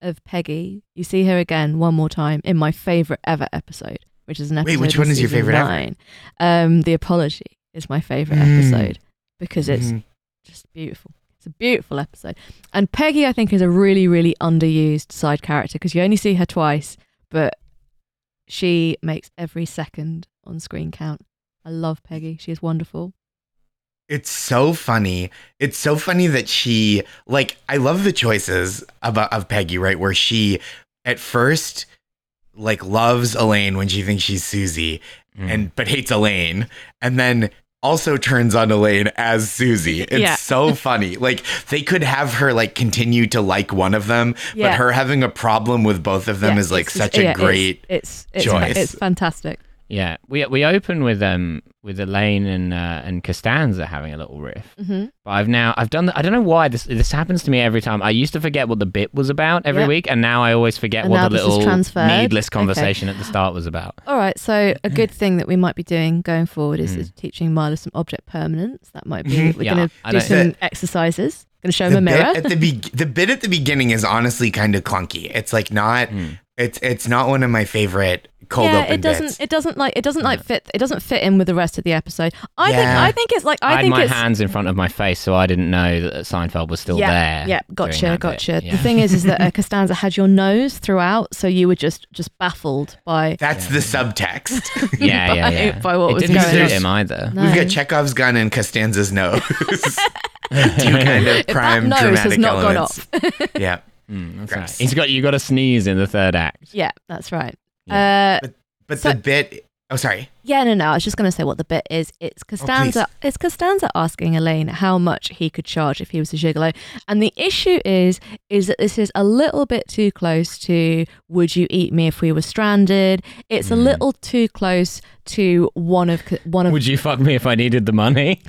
Speaker 3: of Peggy. You see her again one more time in my favorite ever episode, which is an
Speaker 2: Wait,
Speaker 3: episode.
Speaker 2: which
Speaker 3: in
Speaker 2: one is your
Speaker 3: season
Speaker 2: favorite ever?
Speaker 3: nine. ever? Um, the apology is my favorite
Speaker 2: Mm.
Speaker 3: episode because it's
Speaker 2: Mhm.
Speaker 3: just beautiful. It's a beautiful episode. And Peggy, I think, is a really, really underused side character because you only see her twice, but she makes every second on screen count. I love Peggy. She is wonderful.
Speaker 2: It's so funny. It's so funny that she like I love the choices of of Peggy, right? Where she at first like loves Elaine when she thinks she's Susie
Speaker 1: mm.
Speaker 3: Hmm.
Speaker 2: and but hates Elaine and then also turns on Elaine as Susie. It's
Speaker 3: Yeah.
Speaker 2: so funny. Like they could have her like continue to like one of them,
Speaker 3: Yeah.
Speaker 2: but her having a problem with both of them
Speaker 3: Yeah,
Speaker 2: is like
Speaker 3: it's-
Speaker 2: such
Speaker 3: yeah,
Speaker 2: a
Speaker 3: it's-
Speaker 2: great
Speaker 3: it's, it's,
Speaker 2: choice.
Speaker 3: It's fantastic.
Speaker 1: yeah, we we open with um with Elaine and uh, and Costanza having a little riff.
Speaker 3: hmm
Speaker 1: But I've now I've done. The, I don't know why this this happens to me every time. I used to forget what the bit was about every
Speaker 3: Yeah.
Speaker 1: week, and now I always forget
Speaker 3: And
Speaker 1: what
Speaker 3: now
Speaker 1: the
Speaker 3: this is
Speaker 1: little
Speaker 3: transferred.
Speaker 1: needless
Speaker 3: Okay.
Speaker 1: conversation at the start was about.
Speaker 3: All right. So a good thing that we might be doing going forward is,
Speaker 1: Mm.
Speaker 3: is teaching Milo some object permanence. That might be.
Speaker 2: Mhm.
Speaker 3: We're
Speaker 1: Yeah,
Speaker 3: going
Speaker 1: I
Speaker 3: to do
Speaker 1: don't-
Speaker 3: some
Speaker 2: The-
Speaker 3: exercises. Going to show him a
Speaker 2: bit
Speaker 3: mirror.
Speaker 2: at the be- the bit at the beginning is honestly kind of clunky. It's like not
Speaker 1: Mm.
Speaker 2: It's it's not one of my favorite cold
Speaker 3: Hmm. yeah,
Speaker 2: open
Speaker 3: it doesn't.
Speaker 2: bits.
Speaker 3: It doesn't like. It doesn't like fit. It doesn't fit in with the rest of the episode. I think.
Speaker 2: Yeah.
Speaker 3: I think it's like.
Speaker 1: I,
Speaker 3: I,
Speaker 1: had
Speaker 3: think
Speaker 1: my
Speaker 3: it's.
Speaker 1: hands in front of my face, so I didn't know that Seinfeld was still
Speaker 3: yeah,
Speaker 1: there.
Speaker 3: yeah,
Speaker 1: during
Speaker 3: gotcha,
Speaker 1: that bit.
Speaker 3: gotcha.
Speaker 1: Yeah.
Speaker 3: The thing is, is that uh, Costanza had your nose throughout, so you were just just baffled by
Speaker 2: That's the subtext.
Speaker 1: yeah, yeah,
Speaker 3: by-
Speaker 1: yeah.
Speaker 3: by what
Speaker 1: it
Speaker 3: was
Speaker 1: didn't
Speaker 3: going
Speaker 1: suit
Speaker 2: on.
Speaker 1: him either.
Speaker 3: No.
Speaker 2: We've got Chekhov's gun and Costanza's nose. Two kind of prime
Speaker 3: that nose
Speaker 2: dramatic
Speaker 3: has not
Speaker 2: elements.
Speaker 3: gone off.
Speaker 2: Yeah.
Speaker 1: Mm, that's
Speaker 2: Gross.
Speaker 1: right. He's got you got to sneeze in the third act.
Speaker 3: yeah, that's right. Uh,
Speaker 2: But
Speaker 3: So-
Speaker 2: the bit Oh sorry.
Speaker 3: Yeah, no, no. I was just going to say what the bit is.
Speaker 1: Oh,
Speaker 3: It's Costanza. it's Costanza asking Elaine how much he could charge if he was a gigolo, and the issue is, is that this is a little bit too close to "Would you eat me if we were stranded?" It's a
Speaker 1: Mm.
Speaker 3: little too close to one of Co- one of
Speaker 1: Would you fuck me if I needed the money?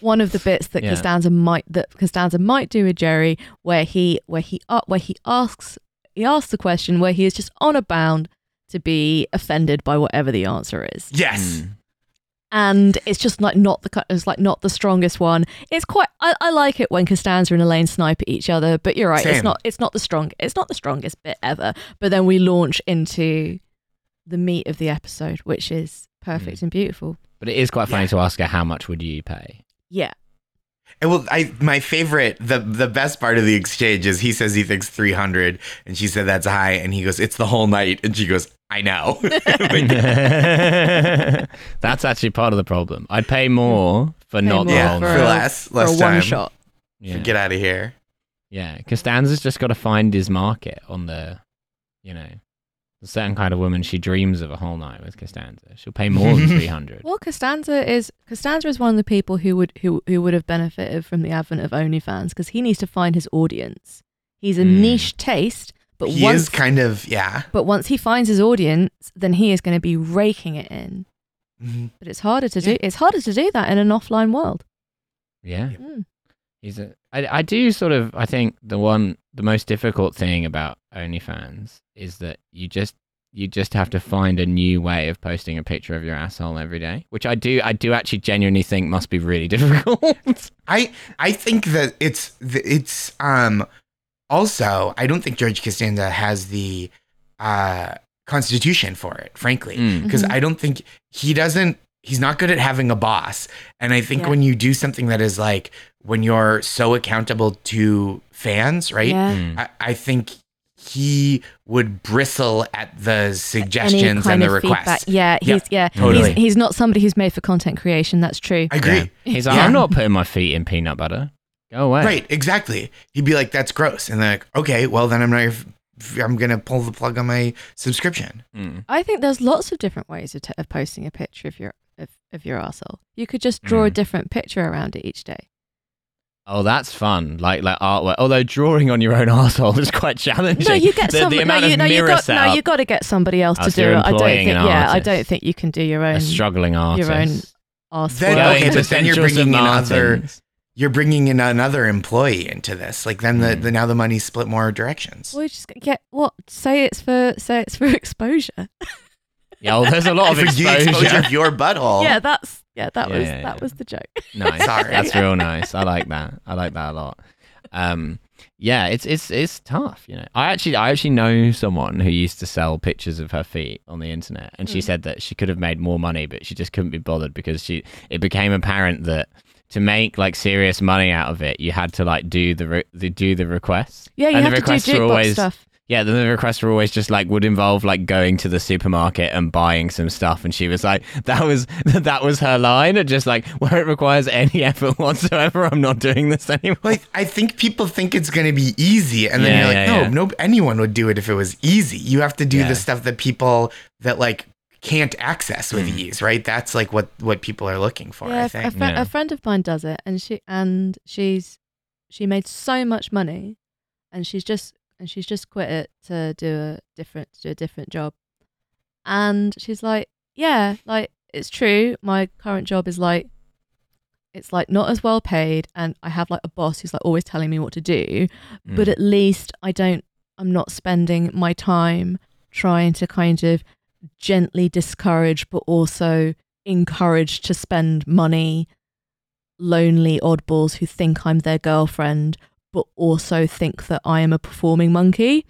Speaker 3: one of the bits that
Speaker 1: Yeah.
Speaker 3: Costanza might that Costanza might do with Jerry, where he where he uh, where he asks he asks the question where he is just on a bound to be offended by whatever the answer is,
Speaker 2: Yes.
Speaker 1: Mm.
Speaker 3: and it's just like not the cut- it's like not the strongest one. It's quite I, I like it when Costanza and Elaine snipe at each other, but you're right, it's
Speaker 2: Same.
Speaker 3: not it's not the strong it's not the strongest bit ever. But then we launch into the meat of the episode, which is perfect
Speaker 2: Hmm.
Speaker 3: and beautiful.
Speaker 1: But it is quite funny
Speaker 2: Yeah.
Speaker 1: to ask her how much would you pay.
Speaker 3: Yeah,
Speaker 2: And well I my favorite the the best part of the exchange is he says he thinks three hundred and she said that's high and he goes, It's the whole night and she goes, I know. Like,
Speaker 1: that's actually part of the problem. I'd pay more for
Speaker 3: Pay
Speaker 1: not the
Speaker 3: more
Speaker 2: yeah,
Speaker 1: whole
Speaker 2: for
Speaker 1: night.
Speaker 3: a-
Speaker 2: less
Speaker 3: for
Speaker 2: less
Speaker 3: a
Speaker 2: time.
Speaker 3: one shot.
Speaker 1: Yeah.
Speaker 2: Get out of here.
Speaker 1: Yeah, Costanza's just got to find his market on the, you know, the certain kind of woman she dreams of a whole night with Costanza. She'll pay more than three hundred.
Speaker 3: Well, Costanza is Costanza is one of the people who would who who would have benefited from the advent of OnlyFans because he needs to find his audience. He's a
Speaker 1: Mm.
Speaker 3: niche taste, but
Speaker 2: Hmm. he
Speaker 3: once
Speaker 2: is kind of yeah.
Speaker 3: but once he finds his audience, then he is going to be raking it in.
Speaker 2: Mhm.
Speaker 3: But it's harder to do. It's harder to do that in an offline world.
Speaker 1: yeah,
Speaker 3: Mm.
Speaker 1: he's a. I I do sort of. I think the one the most difficult thing about OnlyFans is that you just you just have to find a new way of posting a picture of your asshole every day, which I do. I do actually genuinely think must be really difficult.
Speaker 2: I I think that it's th- it's um also I don't think George Costanza has the uh constitution for it, frankly.
Speaker 1: Mm.
Speaker 2: because
Speaker 3: Mhm.
Speaker 2: I don't think he doesn't. He's not good at having a boss. And I think
Speaker 3: Yeah.
Speaker 2: when you do something that is like when you're so accountable to fans, right?
Speaker 3: Yeah.
Speaker 1: Mm.
Speaker 2: I, I think he would bristle at the
Speaker 3: Any
Speaker 2: suggestions
Speaker 3: kind
Speaker 2: and the
Speaker 3: of feedback.
Speaker 2: requests.
Speaker 3: Yeah, he's yeah,
Speaker 2: totally.
Speaker 3: he's he's not somebody who's made for content creation. That's true.
Speaker 2: I agree.
Speaker 1: Yeah. He's like,
Speaker 2: Yeah.
Speaker 1: I'm not putting my feet in peanut butter. Go away.
Speaker 2: Right, exactly. He'd be like, "That's gross," and they're like, "Okay, well then I'm not. Your, f- I'm gonna pull the plug on my subscription."
Speaker 1: Mm.
Speaker 3: I think there's lots of different ways of, t- of posting a picture of your of, of your arsehole. You could just draw a
Speaker 1: Mm.
Speaker 3: different picture around it each day.
Speaker 1: Oh, that's fun! Like like artwork. Although drawing on your own asshole is quite challenging.
Speaker 3: No, you get
Speaker 1: the,
Speaker 3: some.
Speaker 1: the
Speaker 3: no,
Speaker 1: amount
Speaker 3: you,
Speaker 1: of
Speaker 3: no, you
Speaker 1: mirror
Speaker 3: got.
Speaker 1: setup.
Speaker 3: No, you got to get somebody else
Speaker 1: Oh,
Speaker 3: to
Speaker 1: so
Speaker 3: do
Speaker 1: you're
Speaker 3: it. I don't
Speaker 1: employing
Speaker 3: think.
Speaker 1: an
Speaker 3: Yeah, I
Speaker 1: artist.
Speaker 3: don't think you can do your
Speaker 1: a
Speaker 3: own
Speaker 1: struggling artist.
Speaker 3: your own arse.
Speaker 2: Then-
Speaker 3: work.
Speaker 2: okay, but then you're
Speaker 1: Essentials of
Speaker 2: bringing in
Speaker 1: Martins.
Speaker 2: other- You're bringing in another employee into this. Like then the, the now the money's split more directions.
Speaker 3: Mm. Well, you just get what? Say it's for. Say it's for exposure.
Speaker 1: Yeah, well, there's a lot of
Speaker 2: For you,
Speaker 1: exposure.
Speaker 2: exposure of your butthole.
Speaker 3: Yeah, that's. Yeah, that
Speaker 1: Oh. Yeah,
Speaker 3: was.
Speaker 1: yeah,
Speaker 3: that
Speaker 1: yeah.
Speaker 3: was the joke.
Speaker 1: nice.
Speaker 2: Sorry.
Speaker 1: That's real nice. I like that. I like that a lot. Um, yeah, it's it's it's tough, you know. I actually I actually know someone who used to sell pictures of her feet on the internet, and she
Speaker 3: Mm.
Speaker 1: said that she could have made more money, but she just couldn't be bothered because she it became apparent that to make like serious money out of it, you had to like do the re- the do the requests.
Speaker 3: Yeah, you
Speaker 1: And the
Speaker 3: have to
Speaker 1: requests
Speaker 3: do
Speaker 1: were
Speaker 3: jukebox
Speaker 1: always-
Speaker 3: stuff.
Speaker 1: Yeah, then the requests were always just like would involve like going to the supermarket and buying some stuff, and she was like, "That was that was her line," and just like where it requires any effort whatsoever, I'm not doing this anymore.
Speaker 2: Well, I I think people think it's going to be easy, and then
Speaker 1: Yeah,
Speaker 2: you're like,
Speaker 1: yeah,
Speaker 2: no,
Speaker 1: yeah.
Speaker 2: no, anyone would do it if it was easy. You have to do
Speaker 1: Yeah.
Speaker 2: the stuff that people that like can't access with
Speaker 1: Mm.
Speaker 2: ease, right? That's like what what people are looking for.
Speaker 3: yeah,
Speaker 2: I
Speaker 3: a- a,
Speaker 2: think.
Speaker 3: fri-
Speaker 1: Yeah.
Speaker 3: a friend of mine does it, and she and she's she made so much money, and she's just and she's just quit it to do a different to do a different job, and she's like, yeah, like it's true. My current job is like it's like not as well paid, and I have like a boss who's like always telling me what to do, but
Speaker 2: Mm.
Speaker 3: at least I don't. I'm not spending my time trying to kind of gently discourage, but also encourage to spend money. Lonely oddballs who think I'm their girlfriend, but also think that I am a performing monkey.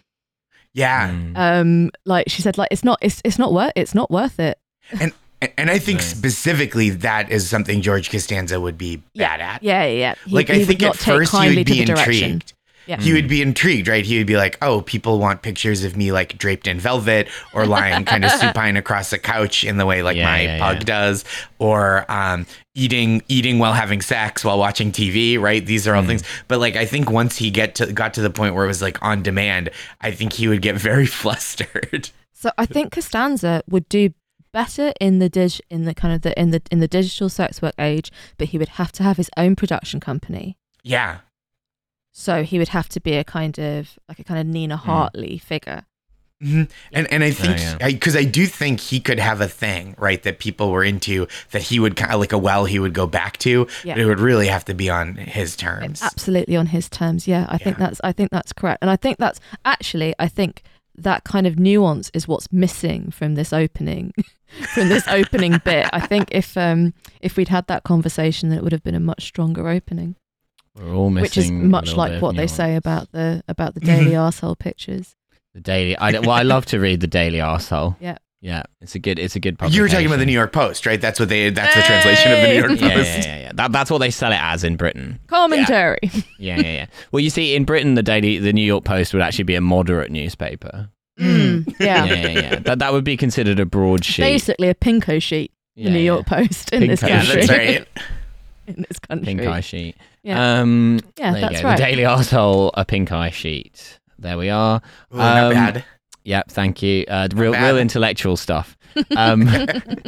Speaker 2: Yeah.
Speaker 1: Mm.
Speaker 3: Um, like she said, like it's not, it's it's not worth, it's not worth it.
Speaker 2: A- And I think
Speaker 1: Right.
Speaker 2: specifically that is something George Costanza would be
Speaker 3: Yeah.
Speaker 2: bad at.
Speaker 3: Yeah, yeah. yeah. He,
Speaker 2: like,
Speaker 3: he
Speaker 2: I
Speaker 3: would
Speaker 2: think
Speaker 3: not
Speaker 2: at
Speaker 3: take
Speaker 2: first you
Speaker 3: kindly
Speaker 2: would
Speaker 3: to
Speaker 2: be
Speaker 3: the direction.
Speaker 2: intrigued.
Speaker 3: Yeah.
Speaker 2: He would
Speaker 1: Mm.
Speaker 2: be intrigued, right? He would be like, oh, people want pictures of me like draped in velvet or lying kind of supine across a couch in the way like
Speaker 1: Yeah,
Speaker 2: my
Speaker 1: yeah,
Speaker 2: pug
Speaker 1: yeah.
Speaker 2: does, or um, eating eating while having sex while watching TV, right? These are all
Speaker 1: Mm.
Speaker 2: things. But like I think once he get to got to the point where it was like on demand, I think he would get very flustered.
Speaker 3: So I think Costanza would do better in the dig in the kind of the in the in the digital sex work age, but he would have to have his own production company.
Speaker 2: yeah.
Speaker 3: So he would have to be a kind of like a kind of Nina Hartley figure.
Speaker 2: Mhm. And and I think
Speaker 1: Oh, yeah.
Speaker 2: because I, do think he could have a thing right that people were into that he would kind of like a well he would go back to,
Speaker 3: Yeah.
Speaker 2: but it would really have to be on his terms.
Speaker 3: Absolutely on his terms. Yeah, I think
Speaker 2: Yeah.
Speaker 3: that's I think that's correct. And I think that's actually I think that kind of nuance is what's missing from this opening from this opening bit. I think if um if we'd had that conversation then it would have been a much stronger opening.
Speaker 1: We're all missing
Speaker 3: Which is
Speaker 1: a
Speaker 3: much
Speaker 1: little bit
Speaker 3: like
Speaker 1: of
Speaker 3: what they
Speaker 1: nuance.
Speaker 3: say about the about the daily arsehole pictures.
Speaker 1: the daily. I well, I love to read the Daily Arsehole.
Speaker 3: Yeah.
Speaker 1: yeah, it's a good. It's a good.
Speaker 2: You were talking about the
Speaker 1: publication.
Speaker 2: New York Post, right? That's what they. That's the translation of the New York
Speaker 1: Yeah, yeah,
Speaker 2: Post.
Speaker 1: yeah, yeah. That, that's what they sell it as in Britain.
Speaker 3: Commentary.
Speaker 1: Yeah, yeah, yeah. well, you see, in Britain, the Daily, the New York Post would actually be a moderate newspaper.
Speaker 3: Mm, yeah.
Speaker 1: Yeah, yeah, yeah. that that would be considered a broadsheet.
Speaker 3: Basically a pinko sheet, the
Speaker 1: Yeah,
Speaker 3: New
Speaker 1: yeah.
Speaker 3: York Post in
Speaker 1: Pink-
Speaker 3: this
Speaker 1: yeah,
Speaker 2: Yeah,
Speaker 3: country.
Speaker 2: that's right.
Speaker 3: in this country.
Speaker 1: pink eye sheet.
Speaker 3: Yeah.
Speaker 1: um,
Speaker 3: Yeah,
Speaker 1: there you
Speaker 3: that's
Speaker 1: go.
Speaker 3: right.
Speaker 1: The Daily Arsehole, a pink eye sheet. There we are.
Speaker 2: Ooh, not
Speaker 1: Um,
Speaker 2: bad.
Speaker 1: Yep, thank you. Uh, the real,
Speaker 2: bad.
Speaker 1: real intellectual stuff. Um,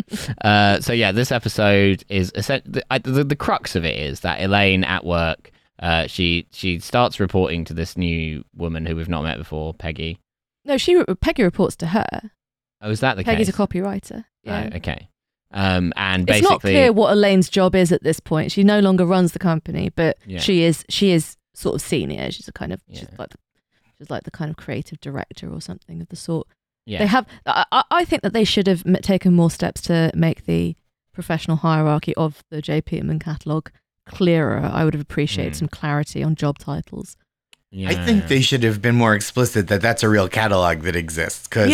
Speaker 1: uh, so yeah, this episode is essen- the, I- the the crux of it is that Elaine at work. Uh, she she starts reporting to this new woman who we've not met before, Peggy.
Speaker 3: No, she Peggy reports to her.
Speaker 1: Oh, is that the
Speaker 3: Peggy's
Speaker 1: case?
Speaker 3: a copywriter. Yeah.
Speaker 1: Oh, okay. Um, and
Speaker 3: It's not
Speaker 1: basically,
Speaker 3: clear what Elaine's job is at this point. She no longer runs the company, but
Speaker 1: Yeah.
Speaker 3: she is she is sort of senior. She's a kind of she's
Speaker 1: Yeah.
Speaker 3: like the, she's like the kind of creative director or something of the sort. They
Speaker 1: yeah,
Speaker 3: have. I, I- I think that they should have m- taken more steps to make the professional hierarchy of the J. Peterman catalogue clearer. I would have appreciated
Speaker 1: Mm.
Speaker 3: some clarity on job titles.
Speaker 2: I think they should have been more explicit that that's a real catalog that exists because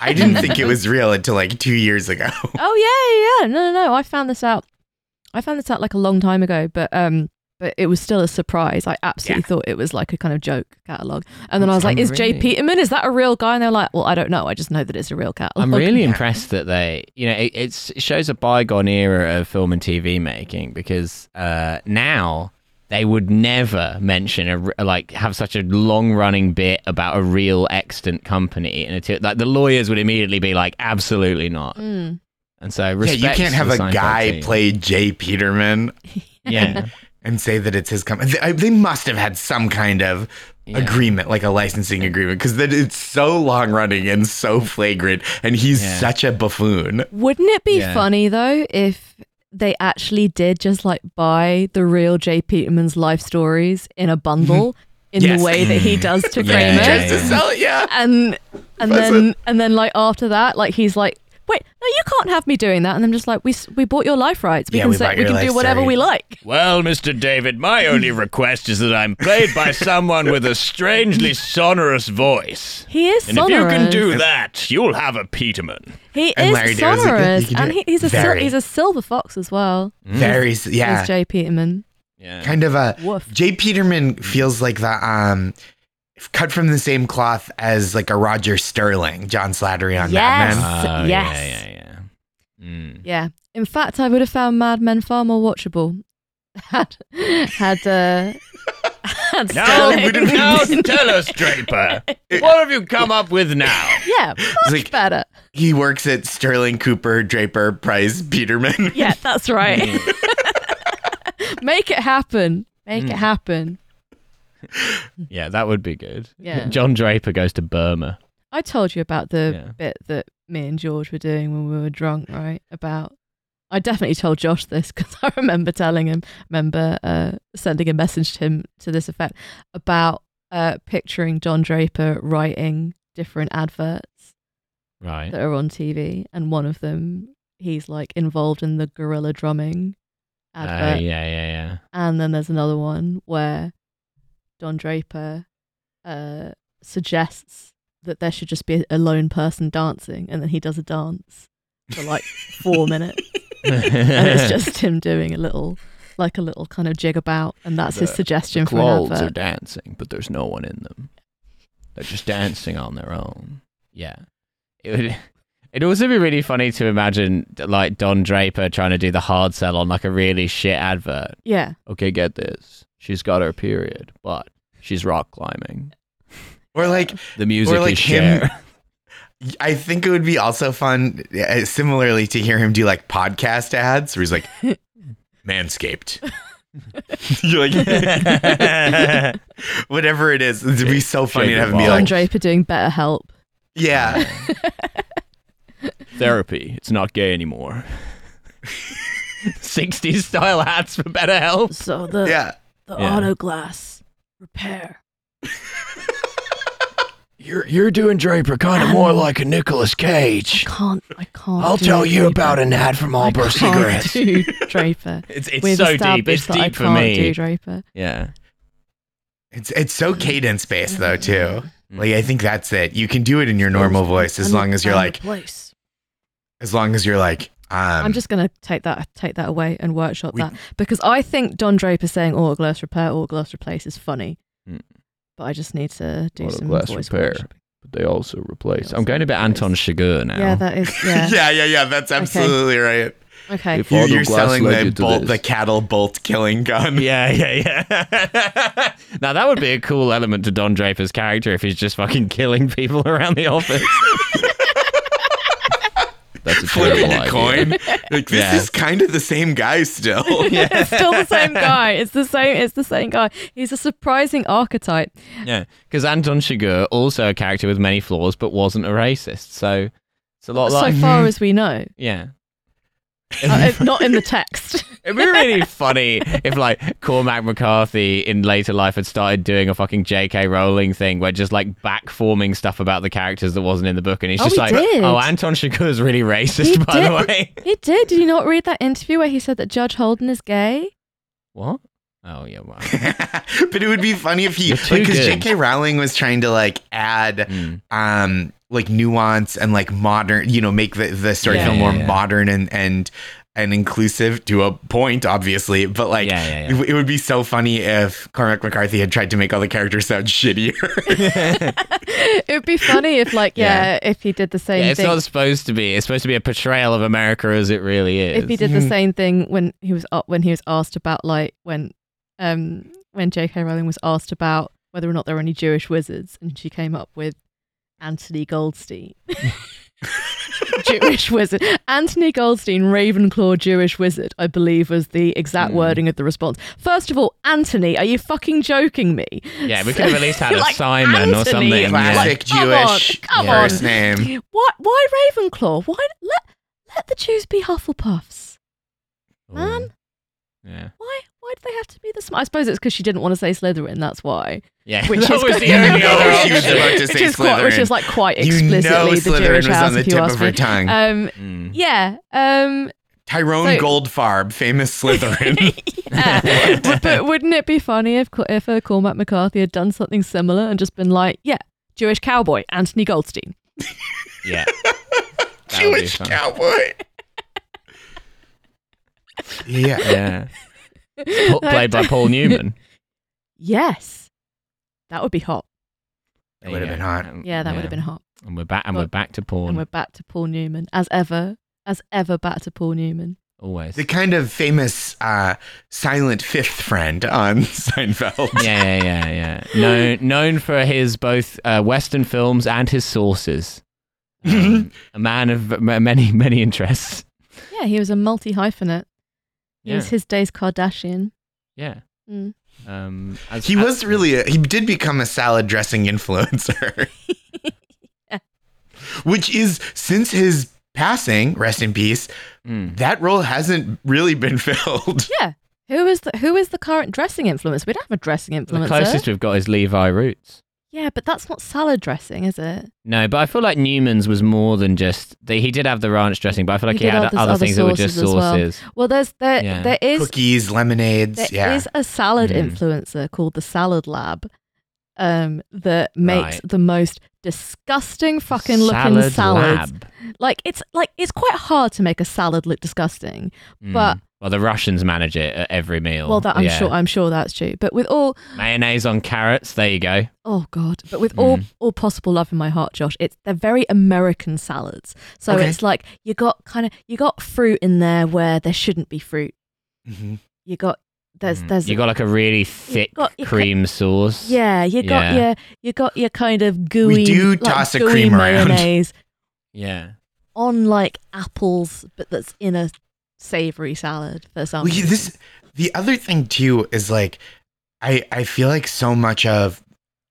Speaker 2: I didn't think it was real until like two years ago.
Speaker 3: Oh yeah, yeah. No, no, no. I found this out. I found this out like a long time ago, but um, but it was still a surprise. I absolutely thought it was like a kind of joke catalog, and then I was like,
Speaker 1: I'm
Speaker 3: "Is Jay
Speaker 1: really-
Speaker 3: Peterman? Is that a real guy?" And they're like, "Well, I don't know. I just know that it's a real catalog."
Speaker 1: I'm really
Speaker 2: Yeah.
Speaker 1: impressed that they, you know, it, it's, it shows a bygone era of film and TV making because uh, now they would never mention a r- like have such a long running bit about a real extant company, and it, like the lawyers would immediately be like, absolutely not.
Speaker 3: Mm.
Speaker 1: And so,
Speaker 2: yeah,
Speaker 1: respect
Speaker 2: you can't
Speaker 1: to
Speaker 2: have
Speaker 1: the
Speaker 2: a
Speaker 1: Seinfeld
Speaker 2: guy
Speaker 1: team.
Speaker 2: play Jay Peterman
Speaker 1: Yeah,
Speaker 2: and say that it's his company. They, they must have had some kind of
Speaker 1: Yeah.
Speaker 2: agreement, like a licensing agreement, because that it's so long running and so flagrant, and he's
Speaker 1: Yeah.
Speaker 2: such a buffoon.
Speaker 3: Wouldn't it be
Speaker 1: Yeah.
Speaker 3: funny though if they actually did just like buy the real Jay Peterman's life stories in a bundle in
Speaker 2: Mm-hmm. Yes.
Speaker 3: the way that he does to
Speaker 1: Yeah,
Speaker 3: Kramer?
Speaker 1: yeah,
Speaker 2: Just to sell it, yeah.
Speaker 3: and and
Speaker 2: That's
Speaker 3: then and then like after that, like he's like, wait, no, you can't have me doing that. And I'm just like, we s- we bought your life rights. We
Speaker 2: Yeah,
Speaker 3: can
Speaker 2: we
Speaker 3: say,
Speaker 2: bought
Speaker 3: we
Speaker 2: your
Speaker 3: can do
Speaker 2: life,
Speaker 3: whatever
Speaker 2: sorry.
Speaker 3: we like.
Speaker 1: Well, Mr. David, my only request is that I'm played by someone with a strangely sonorous voice.
Speaker 3: He is
Speaker 1: And
Speaker 3: sonorous.
Speaker 1: if you can do that, you'll have a Peterman.
Speaker 3: he
Speaker 2: And
Speaker 3: is
Speaker 2: Larry David's like,
Speaker 3: sonorous,
Speaker 2: "You can do
Speaker 3: and
Speaker 2: it."
Speaker 3: he, he's a sil-
Speaker 2: Very.
Speaker 3: he's a silver fox as well.
Speaker 2: Very, s- yeah.
Speaker 3: Is Jay Peterman?
Speaker 1: Yeah.
Speaker 2: kind of a
Speaker 3: Woof.
Speaker 2: Jay Peterman feels like the um cut from the same cloth as like a Roger Sterling, John Slattery on
Speaker 3: Yes.
Speaker 2: Mad Men.
Speaker 1: Oh,
Speaker 3: Yes.
Speaker 1: Yeah, yeah, yeah. Mm.
Speaker 3: Yeah. In fact, I would have found Mad Men far more watchable had had uh, had
Speaker 1: Now,
Speaker 3: Sterling-
Speaker 1: now tell us, Draper, what have you come up with now?
Speaker 3: yeah, much
Speaker 2: like-
Speaker 3: better.
Speaker 2: He works at Sterling Cooper Draper Price Peterman.
Speaker 3: Yeah, that's right. Make it happen. Make
Speaker 1: Mm.
Speaker 3: it happen.
Speaker 1: yeah, that would be good.
Speaker 3: Yeah.
Speaker 1: John Draper goes to Burma.
Speaker 3: I told you about the
Speaker 1: Yeah.
Speaker 3: bit that me and George were doing when we were drunk, right? About I definitely told Josh this because I remember telling him, remember uh, sending a message to him to this effect about uh, picturing John Draper writing different adverts
Speaker 1: Right.
Speaker 3: that are on TV, and one of them he's like involved in the gorilla drumming
Speaker 1: Oh,
Speaker 3: advert,
Speaker 1: yeah, yeah,
Speaker 3: and then there's another one where Don Draper uh, suggests that there should just be a lone person dancing, and then he does a dance for like four minutes, and it's just him doing a little, like a little kind of jig about, and that's his
Speaker 4: The-
Speaker 3: suggestion for an
Speaker 4: Quolls are
Speaker 3: advert.
Speaker 4: dancing, but there's no one in them. They're just dancing on their own.
Speaker 1: yeah. It would. It'd also be really funny to imagine like Don Draper trying to do the hard sell on like a really shit advert.
Speaker 3: yeah,
Speaker 4: Okay, get this. She's got her period, but she's rock climbing.
Speaker 2: Or like
Speaker 4: The music
Speaker 2: like
Speaker 4: is
Speaker 2: him-
Speaker 4: share.
Speaker 2: I think it would be also fun, uh, similarly, to hear him do like podcast ads where he's like, Manscaped. You're like, whatever it is, it'd be so funny to have him be
Speaker 4: Yeah.
Speaker 3: Don
Speaker 2: like,
Speaker 3: Draper doing better help.
Speaker 2: yeah,
Speaker 4: Therapy. It's not gay anymore.
Speaker 1: 60s style hats for better health.
Speaker 3: So the
Speaker 2: yeah.
Speaker 3: the
Speaker 4: Yeah.
Speaker 3: auto glass repair.
Speaker 4: You're you're doing Draper kind
Speaker 3: of more
Speaker 4: like a Nicolas Cage.
Speaker 3: Can't I can't? do Draper.
Speaker 4: ad from
Speaker 3: I can't do Draper.
Speaker 1: It's, it's
Speaker 3: We've
Speaker 1: so deep.
Speaker 3: established
Speaker 1: It's
Speaker 3: that I
Speaker 1: deep for
Speaker 3: can't Do
Speaker 1: me.
Speaker 3: Draper.
Speaker 4: Yeah.
Speaker 2: It's it's so
Speaker 3: Mm-hmm.
Speaker 2: cadence based though too. Like I think that's it. You can do it in your normal voice as
Speaker 3: I'm-
Speaker 2: long as you're
Speaker 3: I'm
Speaker 2: like,
Speaker 3: replaced.
Speaker 2: as long as you're like, um,
Speaker 3: I'm just gonna take that take that away and workshop
Speaker 2: We-
Speaker 3: that because I think Don Draper saying autoglass repair, autoglass replace is funny,
Speaker 1: Hmm.
Speaker 4: Mm.
Speaker 3: but I just need to do some
Speaker 4: Autoglass
Speaker 3: voice
Speaker 4: repair.
Speaker 3: workshopping.
Speaker 4: But they also replace.
Speaker 3: They
Speaker 4: I'm
Speaker 3: also
Speaker 4: going a bit
Speaker 3: replace.
Speaker 4: Anton Chigurh now.
Speaker 3: Yeah, that is yeah.
Speaker 2: yeah, yeah, yeah. That's absolutely right.
Speaker 3: Okay,
Speaker 4: If
Speaker 2: You,
Speaker 4: Aldo
Speaker 2: you're
Speaker 4: Glass
Speaker 2: selling
Speaker 4: led
Speaker 2: the
Speaker 4: you to
Speaker 2: bolt,
Speaker 4: this.
Speaker 2: the cattle bolt killing gun.
Speaker 1: Yeah, yeah, yeah. now that would be a cool element to Don Draper's character if he's just fucking killing people around the office.
Speaker 4: That's a
Speaker 2: Flipping
Speaker 4: terrible
Speaker 2: a
Speaker 4: idea.
Speaker 2: coin. Like this
Speaker 1: Yeah.
Speaker 2: is kind of the same guy still.
Speaker 3: it's still the same guy. It's the same. It's the same guy. He's a surprising archetype.
Speaker 1: yeah, because Anton Chigurh also a character with many flaws, but wasn't a racist. So it's a lot
Speaker 3: So
Speaker 1: like
Speaker 3: far as we know,
Speaker 1: yeah.
Speaker 3: uh, if not in the text.
Speaker 1: It'd be really funny if like Cormac McCarthy in later life had started doing a fucking J.K. Rowling thing where just like backforming stuff about the characters that wasn't in the book, and he's
Speaker 3: Oh,
Speaker 1: just
Speaker 3: he
Speaker 1: like,
Speaker 3: did.
Speaker 1: "Oh, Anton Chigurh is really racist,
Speaker 3: He
Speaker 1: by the
Speaker 3: did.
Speaker 1: way."
Speaker 3: He did. Did you not read that interview where he said that Judge Holden is gay?
Speaker 1: What? Oh yeah, wow.
Speaker 2: but it would be funny if he
Speaker 1: You're too
Speaker 2: because
Speaker 1: good.
Speaker 2: J.K. Rowling was trying to like add
Speaker 1: Mm.
Speaker 2: um like nuance and like modern, you know, make the the story
Speaker 1: Yeah,
Speaker 2: feel
Speaker 1: yeah,
Speaker 2: more
Speaker 1: yeah.
Speaker 2: modern and and and inclusive to a point, obviously. But like.
Speaker 1: yeah, yeah,
Speaker 2: It w- it would be so funny if Cormac McCarthy had tried to make all the characters sound shittier.
Speaker 3: it would be funny if, like, yeah, if he did the same
Speaker 1: Yeah, it's
Speaker 3: thing.
Speaker 1: not supposed to be. It's supposed to be a portrayal of America as it really is.
Speaker 3: if he did the
Speaker 2: Mhm.
Speaker 3: same thing when he was a- when he was asked about like when um when J.K. Rowling was asked about whether or not there were any Jewish wizards, and she came up with Anthony Goldstein, Jewish wizard. Anthony Goldstein, Ravenclaw Jewish wizard, I believe was the
Speaker 1: Hmm.
Speaker 3: exact wording of the response. First of all, Anthony, are you fucking joking me?
Speaker 1: yeah, we could have at least had a
Speaker 3: Like
Speaker 1: Simon or
Speaker 3: Anthony,
Speaker 1: something. yeah.
Speaker 2: Classic
Speaker 3: like- come on,
Speaker 2: Jewish
Speaker 3: come
Speaker 2: first
Speaker 3: on.
Speaker 2: name.
Speaker 3: Why? Why Ravenclaw? Why let let the Jews be Hufflepuffs, man?
Speaker 1: Yeah.
Speaker 3: Why? Why do they have to be the smart? I suppose it's because she didn't want to say Slytherin. That's why.
Speaker 1: Yeah.
Speaker 3: Which
Speaker 1: that
Speaker 3: is
Speaker 1: was
Speaker 3: good-
Speaker 1: the only other
Speaker 2: She was
Speaker 1: option.
Speaker 2: about to
Speaker 3: which
Speaker 2: say
Speaker 3: is quite, which
Speaker 2: Slytherin.
Speaker 3: is like quite
Speaker 2: You know
Speaker 3: explicitly the
Speaker 2: Slytherin
Speaker 3: Jewish
Speaker 2: was
Speaker 3: house,
Speaker 2: on the
Speaker 3: if you
Speaker 2: tip
Speaker 3: ask
Speaker 2: of her
Speaker 3: me.
Speaker 2: tongue.
Speaker 3: Um,
Speaker 1: Mm.
Speaker 3: yeah, um,
Speaker 2: Tyrone
Speaker 3: so-
Speaker 2: Goldfarb, famous Slytherin.
Speaker 3: yeah. but, but wouldn't it be funny if Co- if uh, Cormac McCarthy had done something similar and just been like, yeah, Jewish cowboy Anthony Goldstein?
Speaker 1: Yeah. That would be
Speaker 2: Jewish
Speaker 1: fun.
Speaker 2: cowboy. yeah.
Speaker 1: Yeah. Pa- Played by Paul Newman.
Speaker 3: Yes, that would be hot.
Speaker 1: There
Speaker 2: would've
Speaker 1: you go.
Speaker 2: been hot.
Speaker 1: Um,
Speaker 3: Yeah, that would have been hot.
Speaker 1: And we're back. And we're back to
Speaker 3: And we're
Speaker 1: porn.
Speaker 3: back to Paul Newman as ever, as ever back to Paul Newman.
Speaker 1: Always.
Speaker 2: The kind of famous uh, silent fifth friend on Seinfeld.
Speaker 1: Yeah, yeah, yeah, yeah. Known known for his both uh, Western films and his sources. Um, a man of m- many many interests.
Speaker 3: Yeah, he was a multi hyphenate. He
Speaker 1: Yeah.
Speaker 3: was his day's Kardashian.
Speaker 1: Yeah.
Speaker 3: Mm.
Speaker 1: Um, as-
Speaker 2: He
Speaker 1: as-
Speaker 2: was really, a, he did become a salad dressing influencer. Which is, since his passing, rest in peace,
Speaker 1: Mm.
Speaker 2: that role hasn't really been filled.
Speaker 3: Yeah. Who is the who is the current dressing influence? We don't have a dressing influencer.
Speaker 1: The closest we've got is Levi Roots.
Speaker 3: Yeah, but that's not salad dressing, is it?
Speaker 1: No, but I feel like Newman's was more than just. The, he did have the ranch dressing, but I feel like
Speaker 3: He
Speaker 1: he,
Speaker 3: did
Speaker 1: had
Speaker 3: have
Speaker 1: other,
Speaker 3: this other
Speaker 1: things that were just
Speaker 3: sauces as well.
Speaker 1: sauces.
Speaker 3: Well, there's there
Speaker 1: Yeah.
Speaker 3: there is there is
Speaker 2: Cookies, lemonades. yeah.
Speaker 3: a salad
Speaker 1: Mm.
Speaker 3: influencer called the Salad Lab, um, that makes
Speaker 1: Right.
Speaker 3: the most disgusting fucking looking salads.
Speaker 1: lab.
Speaker 3: Like it's like it's quite hard to make a salad look disgusting.
Speaker 1: Mm.
Speaker 3: But-
Speaker 1: well, the Russians manage it at every meal.
Speaker 3: Well, that I'm
Speaker 1: Yeah.
Speaker 3: sure I'm sure that's true. But with all
Speaker 1: Mayonnaise on carrots. There you go.
Speaker 3: oh god, but with
Speaker 2: Hmm.
Speaker 3: all all possible love in my heart, Josh, it's they're very American salads. So
Speaker 2: Okay.
Speaker 3: it's like you got kind of you got fruit in there where there shouldn't be fruit.
Speaker 2: Mhm.
Speaker 3: You got there's
Speaker 2: Hmm.
Speaker 1: Mm.
Speaker 3: there's
Speaker 1: you got like a really thick
Speaker 3: got your cre-
Speaker 1: cream sauce.
Speaker 3: Yeah, you
Speaker 1: Yeah.
Speaker 3: got your you got your kind of gooey.
Speaker 2: do
Speaker 3: like,
Speaker 2: toss a
Speaker 3: gooey
Speaker 2: cream around.
Speaker 3: mayonnaise
Speaker 1: yeah.
Speaker 3: on like apples, but that's in a savory salad for some.
Speaker 1: Um,
Speaker 2: Well, you- this
Speaker 3: reason.
Speaker 2: the other thing too is like I I feel like so much of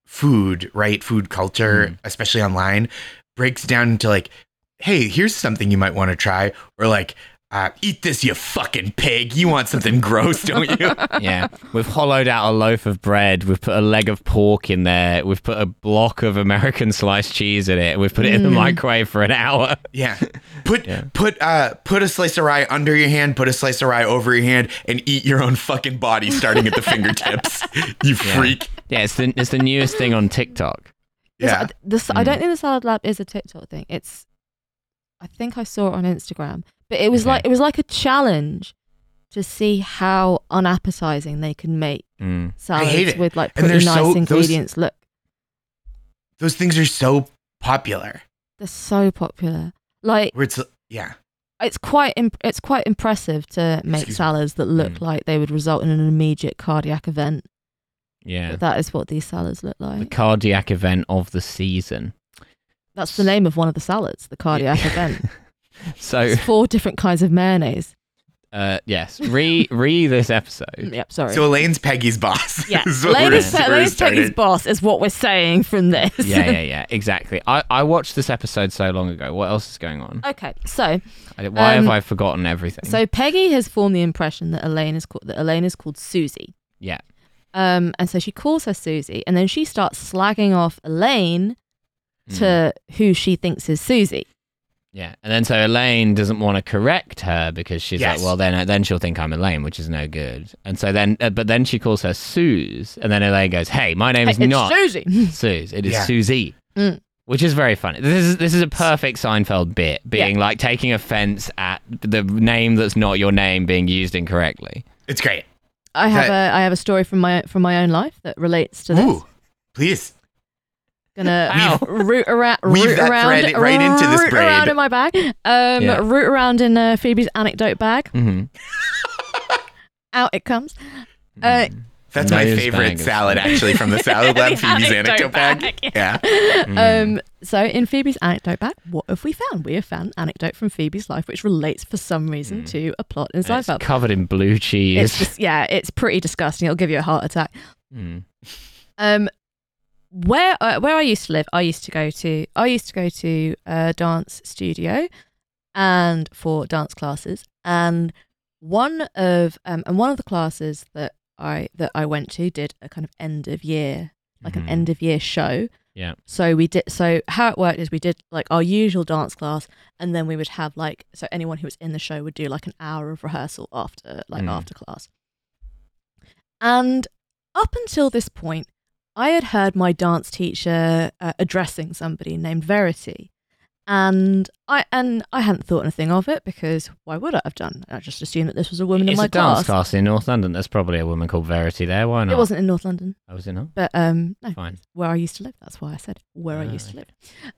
Speaker 2: food, right? Food culture,
Speaker 1: Mm-hmm.
Speaker 2: especially online, breaks down into like, hey, here's something you might want to try, or like, uh, eat this, you fucking pig. You want something gross, don't you?
Speaker 1: yeah. We've hollowed out a loaf of bread. We've put a leg of pork in there. We've put a block of American sliced cheese in it. We've put it in the
Speaker 3: Mm.
Speaker 1: microwave for an hour.
Speaker 2: Yeah. Put
Speaker 1: Yeah.
Speaker 2: put uh put a slice of rye under your hand, put a slice of rye over your hand, and eat your own fucking body starting at the fingertips. You freak.
Speaker 1: Yeah, it's the it's the newest thing on TikTok.
Speaker 3: This-
Speaker 2: Yeah. Mm.
Speaker 3: this- I don't think the salad lab is a TikTok thing. It's, I think I saw it on Instagram, but it was
Speaker 1: Okay.
Speaker 3: like it was like a challenge to see how unappetizing they can make
Speaker 1: Mm.
Speaker 3: salads
Speaker 2: hate it.
Speaker 3: with like
Speaker 2: And
Speaker 3: pretty
Speaker 2: they're
Speaker 3: nice
Speaker 2: so- those-
Speaker 3: ingredients. Look,
Speaker 2: Those things are so popular.
Speaker 3: they're so popular. Like
Speaker 2: Where it's yeah.
Speaker 3: it's quite imp- it's quite impressive to make
Speaker 2: Excuse me.
Speaker 3: salads that look
Speaker 1: Mm.
Speaker 3: like they would result in an immediate cardiac event.
Speaker 1: Yeah.
Speaker 3: But that is what these salads look like.
Speaker 1: The cardiac event of the season.
Speaker 3: That's the name of one of the salads, the cardiac event.
Speaker 1: So,
Speaker 3: It's four different kinds of mayonnaise.
Speaker 1: uh, yes, re re this episode.
Speaker 3: Yep, sorry.
Speaker 2: So Elaine's Peggy's boss.
Speaker 3: yeah,
Speaker 2: This is what we're-
Speaker 3: Ladies,
Speaker 1: where
Speaker 2: where it
Speaker 3: Ladies Peggy's
Speaker 2: started.
Speaker 3: boss is what we're saying from this.
Speaker 1: Yeah, yeah, yeah, exactly. I, I watched this episode so long ago. What else is going on?
Speaker 3: okay, so
Speaker 1: I- Why
Speaker 3: Um,
Speaker 1: have I forgotten everything?
Speaker 3: so Peggy has formed the impression that Elaine is called that Elaine is called Susie.
Speaker 1: yeah,
Speaker 3: Um, and so she calls her Susie, and then she starts slagging off Elaine
Speaker 2: Hmm.
Speaker 1: Mm.
Speaker 3: to who she thinks is Susie.
Speaker 1: yeah, and then so Elaine doesn't want to correct her because she's
Speaker 2: Yes.
Speaker 1: like, well, then uh, then she'll think I'm Elaine, which is no good. And so then, uh, but then she calls her Suze, and then Elaine goes, "Hey, my name is
Speaker 3: Hey, it's
Speaker 1: not
Speaker 3: Susie.
Speaker 1: Suze. It is
Speaker 2: Yeah.
Speaker 1: Susie."
Speaker 3: Mm.
Speaker 1: Which is very funny. This is this is a perfect Seinfeld bit, being like taking offense at the name that's not your name being used incorrectly.
Speaker 2: It's great.
Speaker 3: I have
Speaker 2: That-
Speaker 3: a I have a story from my from my own life that relates to this.
Speaker 2: Ooh, please.
Speaker 3: Gonna
Speaker 1: Wow.
Speaker 3: root around,
Speaker 2: Weave
Speaker 3: root
Speaker 2: that
Speaker 3: around,
Speaker 2: thread right into this
Speaker 3: root
Speaker 2: braid.
Speaker 3: around in my bag. Um,
Speaker 1: Yeah.
Speaker 3: root around in uh, Phoebe's anecdote bag.
Speaker 1: Mm-hmm.
Speaker 3: Out it comes. Uh,
Speaker 2: That's my
Speaker 1: Nose
Speaker 2: favorite
Speaker 1: bangers.
Speaker 2: salad, actually, from the salad lab, Phoebe's anecdote bag. Yeah.
Speaker 3: Um, so in Phoebe's anecdote bag, what have we found? We have found an anecdote from Phoebe's life which relates for some reason to a plot in
Speaker 1: it's
Speaker 3: Seinfeld.
Speaker 1: covered in blue
Speaker 3: It's
Speaker 1: cheese.
Speaker 3: just yeah, it's pretty disgusting. It'll give you a heart attack.
Speaker 1: Mm.
Speaker 3: Um, where uh, where I used to live, I used to go to I used to go to a dance studio, and for dance classes, and one of um, and one of the classes that I that I went to did a kind of end of year like an
Speaker 1: Mhm.
Speaker 3: end of year show.
Speaker 1: Yeah.
Speaker 3: So we did so how it worked is we did like our usual dance class and then we would have like so anyone who was in the show would do like an hour of rehearsal after like
Speaker 1: Mm.
Speaker 3: after class. And up until this point, I had heard my dance teacher uh, addressing somebody named Verity. And I and I hadn't thought anything of it because why would I have done? I just assumed that this was a woman in
Speaker 1: It's
Speaker 3: my
Speaker 1: a dance
Speaker 3: class.
Speaker 1: class in North London. There's probably a woman called Verity there. Why not?
Speaker 3: It wasn't in North London,
Speaker 1: I was in. Oh,
Speaker 3: but um, no,
Speaker 1: fine.
Speaker 3: where I used to live. That's why I said where I
Speaker 1: Ah,
Speaker 3: used to live.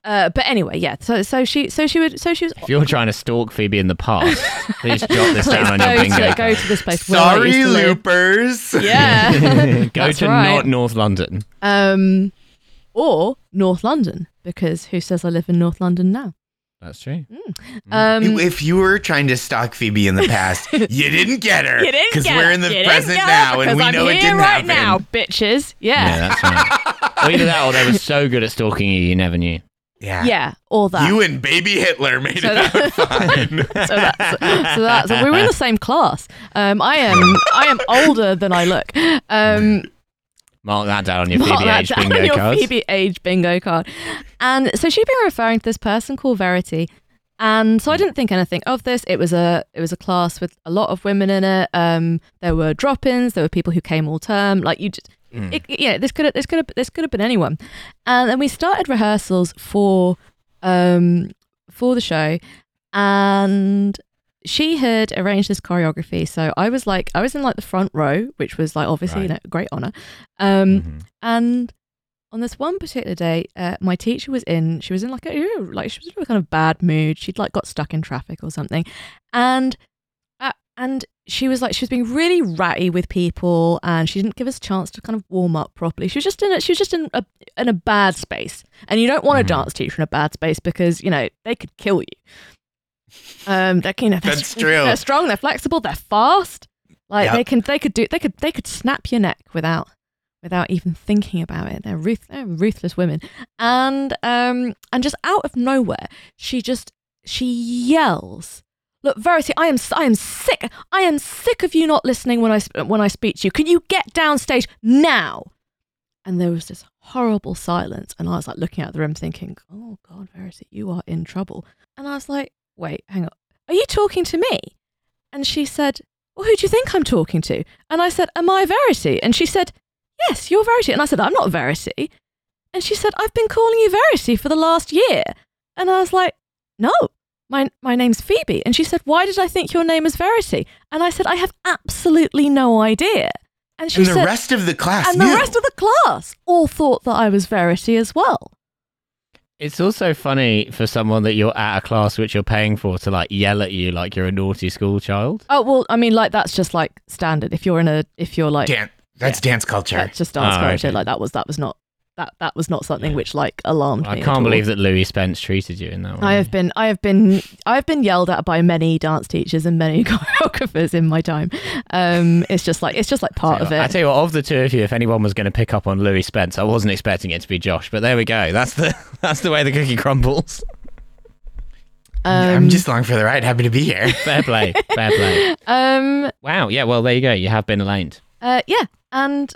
Speaker 3: Uh, but anyway, yeah. So so she so she would so she was.
Speaker 1: If you're trying to stalk Phoebe in the past, please jot this
Speaker 3: Let's
Speaker 1: down on
Speaker 3: go
Speaker 1: your bingo.
Speaker 3: to, go
Speaker 1: card.
Speaker 3: to this place. Where I
Speaker 2: Sorry,
Speaker 3: used to live.
Speaker 2: loopers.
Speaker 3: Yeah.
Speaker 1: go
Speaker 3: That's
Speaker 1: to
Speaker 3: right.
Speaker 1: not North London.
Speaker 3: Um, or North London because who says I live in North London now?
Speaker 1: That's true. Mm.
Speaker 3: Um,
Speaker 2: if you were trying to stalk Phoebe in the past, you didn't get her.
Speaker 3: you didn't
Speaker 2: Because
Speaker 3: get
Speaker 2: we're
Speaker 3: it.
Speaker 2: in the
Speaker 3: You didn't
Speaker 2: present
Speaker 3: get it
Speaker 2: now,
Speaker 3: because
Speaker 2: and we
Speaker 3: I'm
Speaker 2: know
Speaker 3: here
Speaker 2: it didn't
Speaker 3: right
Speaker 2: happen.
Speaker 3: now, bitches. Yeah,
Speaker 1: Yeah, that's right. Well, either that or they were so good at stalking you, you never knew.
Speaker 2: Yeah.
Speaker 3: yeah, all that.
Speaker 2: You and baby Hitler made
Speaker 3: So
Speaker 2: it out
Speaker 3: that-
Speaker 2: fine.
Speaker 3: so that's so that's we were in the same class. Um, I am I am older than I look. Um,
Speaker 1: Mark that down on your
Speaker 3: Mark
Speaker 1: Phoebe
Speaker 3: that
Speaker 1: H
Speaker 3: down on
Speaker 1: bingo
Speaker 3: your
Speaker 1: cards.
Speaker 3: Phoebe age bingo card. And so she'd been referring to this person called Verity. And so I
Speaker 1: Hmm.
Speaker 3: didn't think anything of this. It was a it was a class with a lot of women in it. Um, there were drop-ins. There were people who came all term. Like you, just,
Speaker 1: Mm.
Speaker 3: it, yeah, this could have, this could have, this could have been anyone. And then we started rehearsals for um for the show, and she had arranged this choreography. So I was like, I was in like the front row, which was like obviously
Speaker 1: Right.
Speaker 3: you know, a great honor. Um,
Speaker 1: Mhm.
Speaker 3: and on this one particular day, uh, my teacher was in. She was in like a you know, like she was in a kind of bad mood. She'd like got stuck in traffic or something, and uh, and she was like she was being really ratty with people, and she didn't give us a chance to kind of warm up properly. She was just in a, she was just in a in a bad space, and you don't want
Speaker 1: Mhm.
Speaker 3: a dance teacher in a bad space because you know they could kill you. Um, they're, you know, they're
Speaker 2: That's
Speaker 3: str-
Speaker 2: true.
Speaker 3: They're strong. They're flexible. They're fast. Like
Speaker 2: Yep.
Speaker 3: they can they could do they could they could snap your neck without without even thinking about it. They're, ruth- they're ruthless women, and um, and just out of nowhere, she just she yells. Look, Verity, I am s- I am sick. I am sick of you not listening when I sp- when I speak to you. Can you get downstage now? And there was this horrible silence, and I was like looking out the room, thinking, "Oh God, Verity, you are in trouble." And I was like, "Wait, hang on, are you talking to me?" And she said, "Well, who do you think I'm talking to?" And I said, "Am I Verity?" And she said, yes, you're Verity. And I said, I'm not Verity. And she said, I've been calling you Verity for the last year. And I was like, no, my, my name's Phoebe. And she said, why did I think your name is Verity? And I said, I have absolutely no idea. And she
Speaker 2: and the
Speaker 3: said,
Speaker 2: rest of the class
Speaker 3: and the
Speaker 2: knew.
Speaker 3: rest of the class all thought that I was Verity as well.
Speaker 1: It's also funny for someone that you're at a class which you're paying for to like yell at you like you're a naughty school child.
Speaker 3: Oh, well, I mean, like, that's just like standard. If you're in a, if you're like,
Speaker 2: Dan- that's dance culture.
Speaker 3: that's just dance
Speaker 1: Oh,
Speaker 3: culture.
Speaker 1: okay.
Speaker 3: Like, that was, that was not, that, that was not something which like alarmed
Speaker 1: I
Speaker 3: me. at
Speaker 1: can't
Speaker 3: all.
Speaker 1: believe that Louis Spence treated you in that way.
Speaker 3: I have been, I have been, I have been yelled at by many dance teachers and many choreographers in my time. Um, it's just like it's just like
Speaker 1: Tell
Speaker 3: part
Speaker 1: you
Speaker 3: of
Speaker 1: what- I
Speaker 3: it.
Speaker 1: tell you what, of the two of you, if anyone was going to pick up on Louis Spence, I wasn't expecting it to be Josh, but there we go. That's the that's the way the cookie crumbles.
Speaker 3: Um,
Speaker 2: I'm just along for the ride. Happy to be here.
Speaker 1: Fair play, fair play.
Speaker 3: um,
Speaker 1: Wow, yeah, well there you go. You have been aligned.
Speaker 3: uh, yeah, and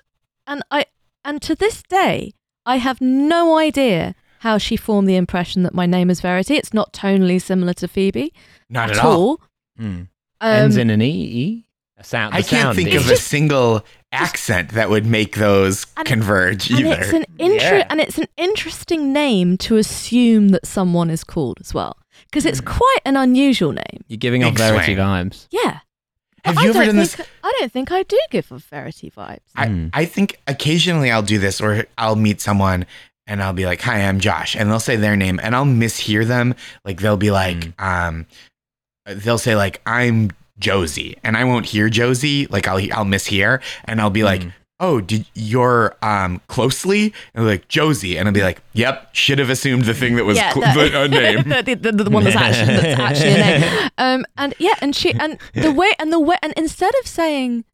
Speaker 3: and I and to this day, I have no idea how she formed the impression that my name is Verity. It's not tonally similar to Phoebe
Speaker 2: Not at all.
Speaker 1: Hmm.
Speaker 3: Um,
Speaker 1: Ends in an e e. A sound.
Speaker 2: I
Speaker 1: the
Speaker 2: can't
Speaker 1: sound
Speaker 2: think
Speaker 1: is-
Speaker 2: of a single accent that would make those
Speaker 3: And-
Speaker 2: converge
Speaker 3: and
Speaker 2: either.
Speaker 3: it's an inter-
Speaker 1: Yeah.
Speaker 3: and it's an interesting name to assume that someone is called as well because
Speaker 2: Hmm.
Speaker 3: it's quite an unusual name.
Speaker 1: You're giving off
Speaker 2: Big
Speaker 1: Verity
Speaker 2: swing.
Speaker 1: vibes.
Speaker 3: Yeah.
Speaker 2: Have
Speaker 3: I
Speaker 2: you ever
Speaker 3: don't
Speaker 2: done this?
Speaker 3: think, I don't think I do give off Verity vibes.
Speaker 2: I,
Speaker 1: Mm.
Speaker 2: I think occasionally I'll do this or I'll meet someone and I'll be like, Hi, I'm Josh. And they'll say their name and I'll mishear them. Like they'll be like,
Speaker 1: Hmm.
Speaker 2: um, they'll say like, I'm Josie and I won't hear Josie. Like I'll, I'll mishear and I'll be like,
Speaker 1: Mm.
Speaker 2: Oh, did you're um closely and they're like Josie, and I'll be like, "Yep, should have assumed the thing that was cl- the, a name."
Speaker 3: the, the, the one that's actually, that's actually a name. Um, and yeah, and she and the way and the way and instead of saying,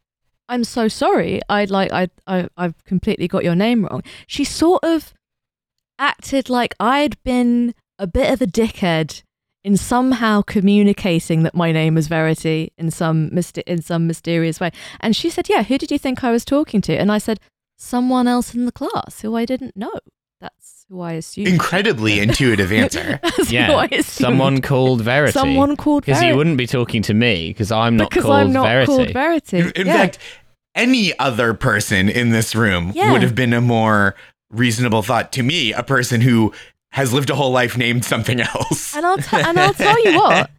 Speaker 3: "I'm so sorry," I'd like I I I've completely got your name wrong. She sort of acted like I'd been a bit of a dickhead in somehow communicating that my name was Verity in some myst- in some mysterious way. And she said, "Yeah, who did you think I was talking to?" And I said, "Someone else in the class who I didn't know." That's who I assumed.
Speaker 2: Incredibly intuitive answer.
Speaker 3: That's who I
Speaker 1: Yeah,
Speaker 3: assumed.
Speaker 1: someone called Verity.
Speaker 3: Someone called
Speaker 1: because
Speaker 3: Verity.
Speaker 1: you wouldn't be talking to me because I'm not
Speaker 3: because
Speaker 1: called
Speaker 3: I'm not
Speaker 1: Verity.
Speaker 3: called Verity.
Speaker 2: In, in
Speaker 3: yeah.
Speaker 2: fact, any other person in this room
Speaker 3: Yeah.
Speaker 2: would have been a more reasonable thought to me, a person who has lived a whole life named something else.
Speaker 3: and I'll t- and I'll tell you what.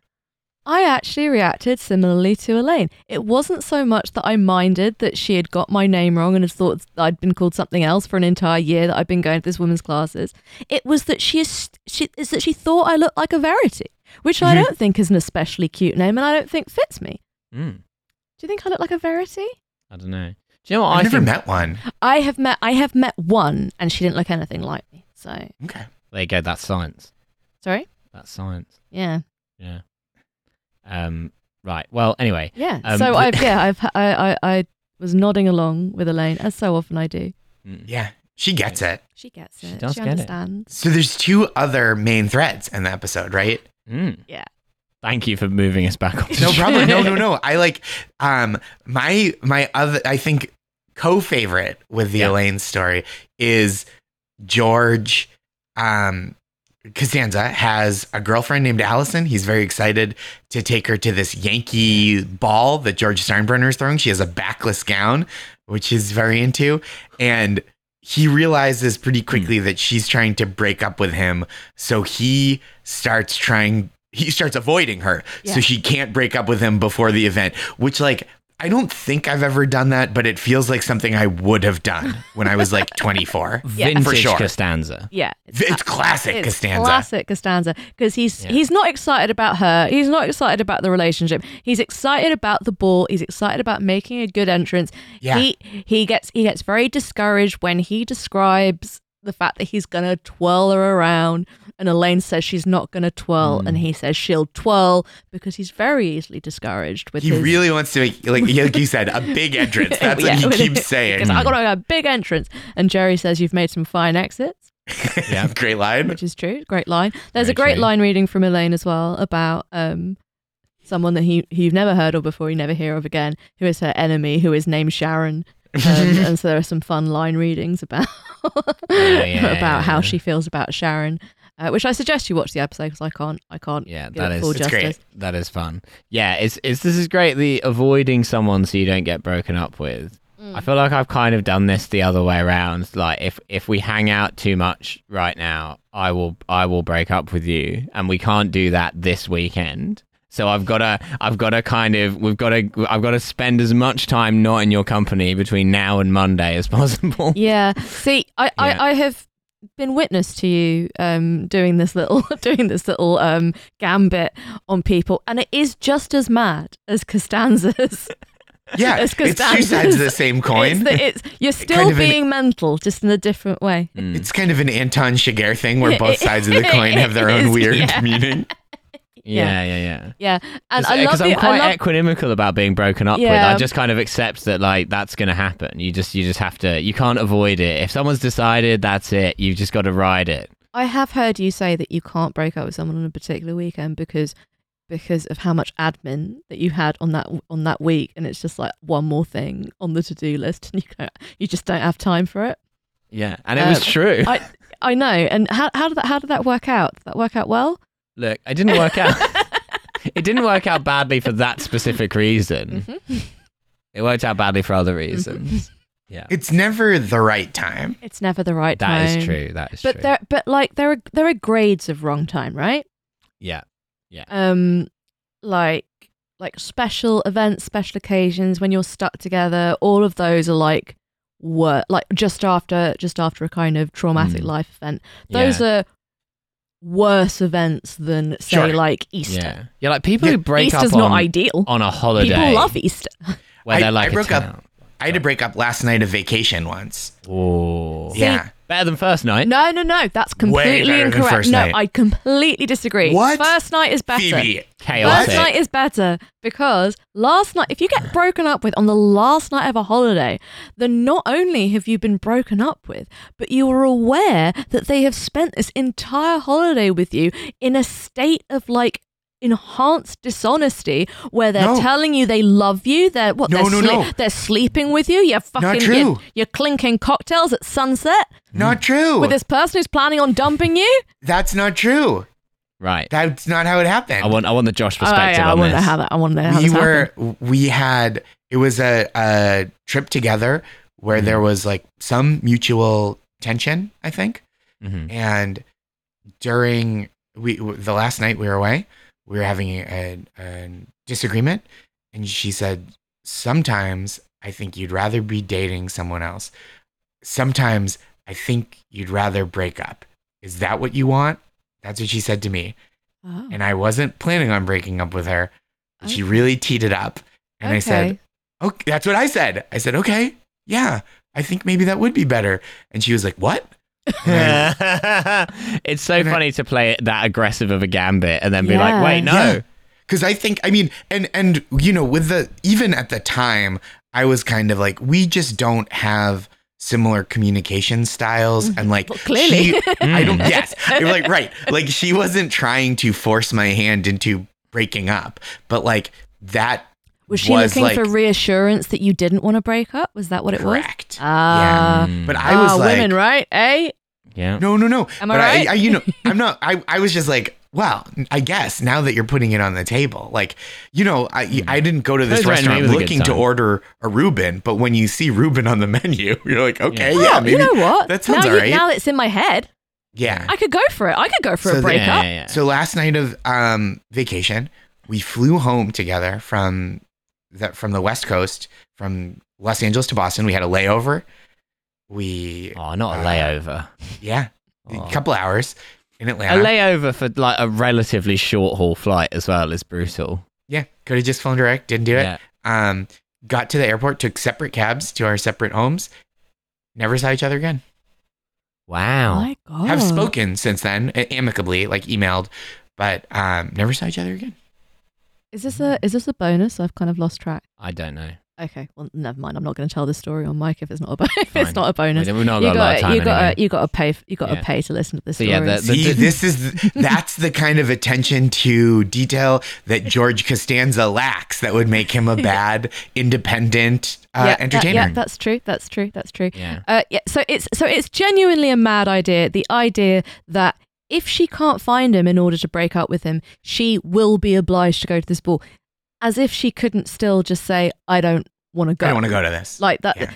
Speaker 3: I actually reacted similarly to Elaine. It wasn't so much that I minded that she had got my name wrong and had thought that I'd been called something else for an entire year that I'd been going to this woman's classes. It was that she is she is that she thought I looked like a Verity, which I
Speaker 2: Mm-hmm.
Speaker 3: don't think is an especially cute name, and I don't think fits me.
Speaker 1: Mm,
Speaker 3: Do you think I look like a Verity?
Speaker 1: I don't know. Do you know what
Speaker 2: I've
Speaker 1: I
Speaker 2: never
Speaker 1: think?
Speaker 2: met one.
Speaker 3: I have met I have met one, and she didn't look anything like me. So
Speaker 2: Okay.
Speaker 1: There you go. That's science.
Speaker 3: sorry.
Speaker 1: That's science.
Speaker 3: Yeah.
Speaker 1: Yeah. Um. Right. Well. Anyway.
Speaker 3: Yeah.
Speaker 1: Um,
Speaker 3: so
Speaker 1: the-
Speaker 3: I've yeah I've I, I I was nodding along with Elaine as so often I do.
Speaker 1: Mm.
Speaker 2: Yeah. She gets it.
Speaker 3: She gets
Speaker 1: She
Speaker 3: it. She,
Speaker 1: does get it.
Speaker 3: understands.
Speaker 2: So there's two other main threads in the episode, right?
Speaker 1: Mm.
Speaker 3: Yeah.
Speaker 1: Thank you for moving us back on.
Speaker 2: No problem. No, no, no. I like um my my other I think co-favorite with the
Speaker 1: Yeah.
Speaker 2: Elaine story is George um Costanza has a girlfriend named Allison. He's very excited to take her to this Yankee ball that George Steinbrenner is throwing. She has a backless gown. which he's very into. And he realizes pretty quickly that she's trying to break up with him. So he starts trying, he starts avoiding her.
Speaker 3: Yeah.
Speaker 2: So she can't break up with him before the event, which, like, I don't think I've ever done that, but it feels like something I would have done when I was like 24.
Speaker 3: Yeah.
Speaker 1: Vintage
Speaker 2: For sure.
Speaker 1: Costanza.
Speaker 3: Yeah,
Speaker 2: It's
Speaker 3: ca-
Speaker 2: classic
Speaker 3: it's
Speaker 2: Costanza.
Speaker 3: Classic Costanza, because he's
Speaker 1: Yeah.
Speaker 3: he's not excited about her. He's not excited about the relationship. He's excited about the ball. He's excited about making a good entrance.
Speaker 2: Yeah.
Speaker 3: He he gets he gets very discouraged when he describes the fact that he's gonna twirl her around, and Elaine says she's not gonna twirl,
Speaker 2: Mm.
Speaker 3: and he says she'll twirl because he's very easily discouraged with
Speaker 2: He
Speaker 3: his.
Speaker 2: really wants to make, like, like you said, a big entrance. That's
Speaker 3: Yeah,
Speaker 2: what
Speaker 3: with-
Speaker 2: he keeps saying.
Speaker 3: because I got a big entrance, and Jerry says you've made some fine exits.
Speaker 1: Yeah.
Speaker 2: Great line.
Speaker 3: which is true. Great line. There's a
Speaker 1: Very
Speaker 3: great
Speaker 1: true.
Speaker 3: line reading from Elaine as well about um, someone that he who you've never heard of before, you never hear of again, who is her enemy, who is named Sharon. Um, and so there are some fun line readings about
Speaker 1: yeah,
Speaker 3: about
Speaker 1: yeah,
Speaker 3: how
Speaker 1: yeah.
Speaker 3: she feels about Sharon, uh, which I suggest you watch the episode because I can't I can't
Speaker 1: Yeah,
Speaker 3: give
Speaker 1: that
Speaker 3: it
Speaker 1: is-
Speaker 3: full
Speaker 1: It's
Speaker 3: justice.
Speaker 2: great.
Speaker 1: That is fun. Yeah, it's it's this is great. The avoiding someone so you don't get broken up with.
Speaker 3: Mm.
Speaker 1: I feel like I've kind of done this the other way around. Like if if we hang out too much right now, I will I will break up with you, and we can't do that this weekend. So I've got to I've got to kind of we've got to I've got to spend as much time not in your company between now and Monday as possible.
Speaker 3: Yeah. See, I,
Speaker 1: Yeah.
Speaker 3: I, I have been witness to you um, doing this little doing this little um, gambit on people, and it is just as mad as Costanza's.
Speaker 2: Yeah,
Speaker 3: It's
Speaker 2: it's, two
Speaker 3: Costanza's.
Speaker 2: sides of the same coin.
Speaker 3: It's
Speaker 2: It's,
Speaker 3: the, it's, you're still
Speaker 2: kind of an-
Speaker 3: being mental, just in a different way.
Speaker 1: Mm.
Speaker 2: kind of an Anton Chigurh thing where both sides of the coin have their
Speaker 3: It
Speaker 2: own
Speaker 3: is,
Speaker 2: weird
Speaker 3: yeah.
Speaker 2: meaning.
Speaker 1: yeah, yeah, yeah.
Speaker 3: Yeah, and I love
Speaker 1: Because eh, I'm
Speaker 3: the I
Speaker 1: quite
Speaker 3: love,
Speaker 1: equanimical about being broken up with.
Speaker 3: Yeah.
Speaker 1: I just kind of accept that like that's going to happen. You just you just have to. You can't avoid it. If someone's decided, that's it. You've just got to ride it.
Speaker 3: I have heard you say that you can't break up with someone on a particular weekend because because of how much admin that you had on that on that week, and it's just like one more thing on the to do list, and you can't, you just don't have time for it.
Speaker 1: Yeah, and it
Speaker 3: Um,
Speaker 1: was true.
Speaker 3: I I know. And how how did that how did that work out? Did that work out well?
Speaker 1: Look, it didn't work out. it didn't work out badly for that specific
Speaker 3: Mm-hmm.
Speaker 1: reason. It worked out badly for other reasons. Yeah,
Speaker 2: It's never the right time.
Speaker 3: It's never the right
Speaker 1: that
Speaker 3: time.
Speaker 1: is true. That is
Speaker 3: But
Speaker 1: true.
Speaker 3: there but like there are there are grades of wrong time, right?
Speaker 1: yeah,
Speaker 3: Um like like special events, special occasions when you're stuck together, all of those are like were like just after just after a kind of traumatic
Speaker 1: Mm.
Speaker 3: life event. Those
Speaker 1: yeah.
Speaker 3: are worse events than say
Speaker 2: Sure.
Speaker 3: like Easter.
Speaker 1: yeah. Yeah, like people who break
Speaker 3: Easter's
Speaker 1: up
Speaker 3: not
Speaker 1: on,
Speaker 3: ideal.
Speaker 1: on a holiday
Speaker 3: People love Easter.
Speaker 1: where
Speaker 2: I-
Speaker 1: they're
Speaker 2: I
Speaker 1: like a
Speaker 2: broke up-
Speaker 1: town.
Speaker 2: I had to break up last night of vacation once.
Speaker 1: Ooh.
Speaker 2: yeah.
Speaker 1: Better than first night.
Speaker 3: No, no, no. That's completely
Speaker 2: better than
Speaker 3: incorrect.
Speaker 2: first
Speaker 3: no,
Speaker 2: night.
Speaker 3: I completely disagree.
Speaker 2: What?
Speaker 3: First night is better.
Speaker 2: Phoebe.
Speaker 3: First
Speaker 1: Chaotic.
Speaker 3: night is better because last night, if you get broken up with on the last night of a holiday, then not only have you been broken up with, but you are aware that they have spent this entire holiday with you in a state of like enhanced dishonesty where they're
Speaker 2: No.
Speaker 3: telling you they love you they're what
Speaker 2: No, no,
Speaker 3: they're,
Speaker 2: no.
Speaker 3: they're sleeping with you you're fucking You're,
Speaker 2: true.
Speaker 3: you're clinking cocktails at sunset
Speaker 2: Not true.
Speaker 3: with this person who's planning on dumping you
Speaker 2: That's not true.
Speaker 1: Right.
Speaker 2: That's not how it happened.
Speaker 1: I want I want the Josh
Speaker 3: Oh, yeah,
Speaker 1: perspective
Speaker 3: I
Speaker 1: on
Speaker 3: wonder
Speaker 1: this.
Speaker 3: how that. I wonder how
Speaker 2: we
Speaker 3: this happened.
Speaker 2: were we had it was a, a trip together where
Speaker 3: Mm.
Speaker 2: there was like some mutual tension, I think.
Speaker 1: Mhm.
Speaker 2: and during we w- the last night we were away we were having a, a disagreement and she said sometimes i think you'd rather be dating someone else sometimes i think you'd rather break up is that what you want that's what she said to me
Speaker 3: Oh,
Speaker 2: and i wasn't planning on breaking up with her and she
Speaker 3: okay.
Speaker 2: really teed it up and i said
Speaker 3: Oh, Okay.
Speaker 2: okay that's what i said i said okay yeah i think maybe that would be better and she was like what And I-
Speaker 1: Mm-hmm. it's so
Speaker 2: And I-
Speaker 1: funny to play it that aggressive of a gambit and then be
Speaker 3: Yeah.
Speaker 1: like, wait, no.
Speaker 2: Yeah. Cause I think I mean and and you know, with the even at the time, I was kind of like, we just don't have similar communication styles and like
Speaker 3: Well, clearly.
Speaker 2: she- I don't
Speaker 1: Mm.
Speaker 2: yes. You're like right. Like she wasn't trying to force my hand into breaking up, but like that
Speaker 3: was she
Speaker 2: was,
Speaker 3: looking for
Speaker 2: like-
Speaker 3: reassurance that you didn't want to break up? Was that what it
Speaker 2: correct.
Speaker 3: was? Ah,
Speaker 1: Mm.
Speaker 2: But I was
Speaker 3: ah,
Speaker 2: like
Speaker 3: women, right? Eh?
Speaker 1: yeah.
Speaker 2: No, no, no.
Speaker 3: Am I
Speaker 2: but
Speaker 3: right?
Speaker 2: I, you know, I'm not. I, I was just like, Well, I guess now that you're putting it on the table, like you know, I I didn't go to this
Speaker 1: Those random
Speaker 2: restaurant
Speaker 1: was a good
Speaker 2: looking to
Speaker 1: time.
Speaker 2: order a Reuben, but when you see Reuben on the menu, you're like, okay,
Speaker 3: Oh,
Speaker 2: yeah, maybe,
Speaker 3: you know what?
Speaker 2: that sounds
Speaker 3: now,
Speaker 2: all right.
Speaker 3: now it's in my head,
Speaker 2: yeah.
Speaker 3: I could go for it. I could go for
Speaker 2: So
Speaker 3: a
Speaker 2: the-
Speaker 3: breakup.
Speaker 1: yeah, yeah, yeah.
Speaker 2: So last night of um, vacation, we flew home together from the from the West Coast, from Los Angeles to Boston. We had a layover. We
Speaker 1: oh, not a
Speaker 2: Uh,
Speaker 1: layover.
Speaker 2: yeah,
Speaker 1: Oh.
Speaker 2: a couple hours in
Speaker 1: A
Speaker 2: Atlanta.
Speaker 1: layover for like a relatively short haul flight as well is brutal.
Speaker 2: yeah, could have just flown direct. Didn't do it.
Speaker 1: Yeah.
Speaker 2: Um, got to the airport, took separate cabs to our separate homes. Never saw each other again.
Speaker 1: Wow.
Speaker 3: My God.
Speaker 2: Have spoken since then, a- amicably, like emailed, but um, never saw each other again.
Speaker 3: Is this a is this a bonus? I've kind of lost track.
Speaker 1: I don't know.
Speaker 3: Okay, well, never mind. I'm not going to tell this story on mic if it's not a bonus. If
Speaker 1: Fine.
Speaker 3: it's not a bonus.
Speaker 1: We've not got
Speaker 3: you
Speaker 1: a lot of
Speaker 3: got
Speaker 1: time.
Speaker 3: you got
Speaker 1: anyway.
Speaker 3: you got to pay you got to
Speaker 1: Yeah.
Speaker 3: pay to listen to this
Speaker 1: So,
Speaker 3: story.
Speaker 1: yeah, the-
Speaker 2: See, this is that's the kind of attention to detail that George Costanza lacks. That would make him a bad independent uh,
Speaker 3: Yeah, that-
Speaker 2: entertainer.
Speaker 3: yeah, that's true. That's true. That's true.
Speaker 1: yeah.
Speaker 3: Uh, yeah, so it's so it's genuinely a mad idea. The idea that if she can't find him in order to break up with him, she will be obliged to go to this ball, as if she couldn't still just say, "I don't want to go."
Speaker 2: I don't want to go to this.
Speaker 3: Like that.
Speaker 2: Yeah.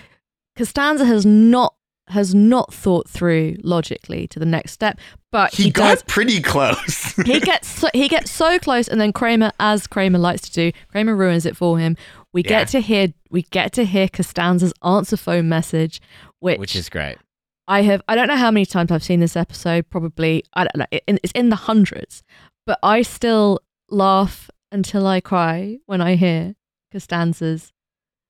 Speaker 3: Costanza has not has not thought through logically to the next step, but
Speaker 2: he,
Speaker 3: he
Speaker 2: got
Speaker 3: does
Speaker 2: pretty close.
Speaker 3: he gets so, he gets so close, and then Kramer, as Kramer likes to do, Kramer ruins it for him. We
Speaker 2: Yeah.
Speaker 3: get to hear we get to hear Costanza's answer phone message, which,
Speaker 1: Which is great.
Speaker 3: I have I don't know how many times I've seen this episode. Probably I don't know. It, it's in the hundreds, but I still laugh until I cry when I hear Costanza's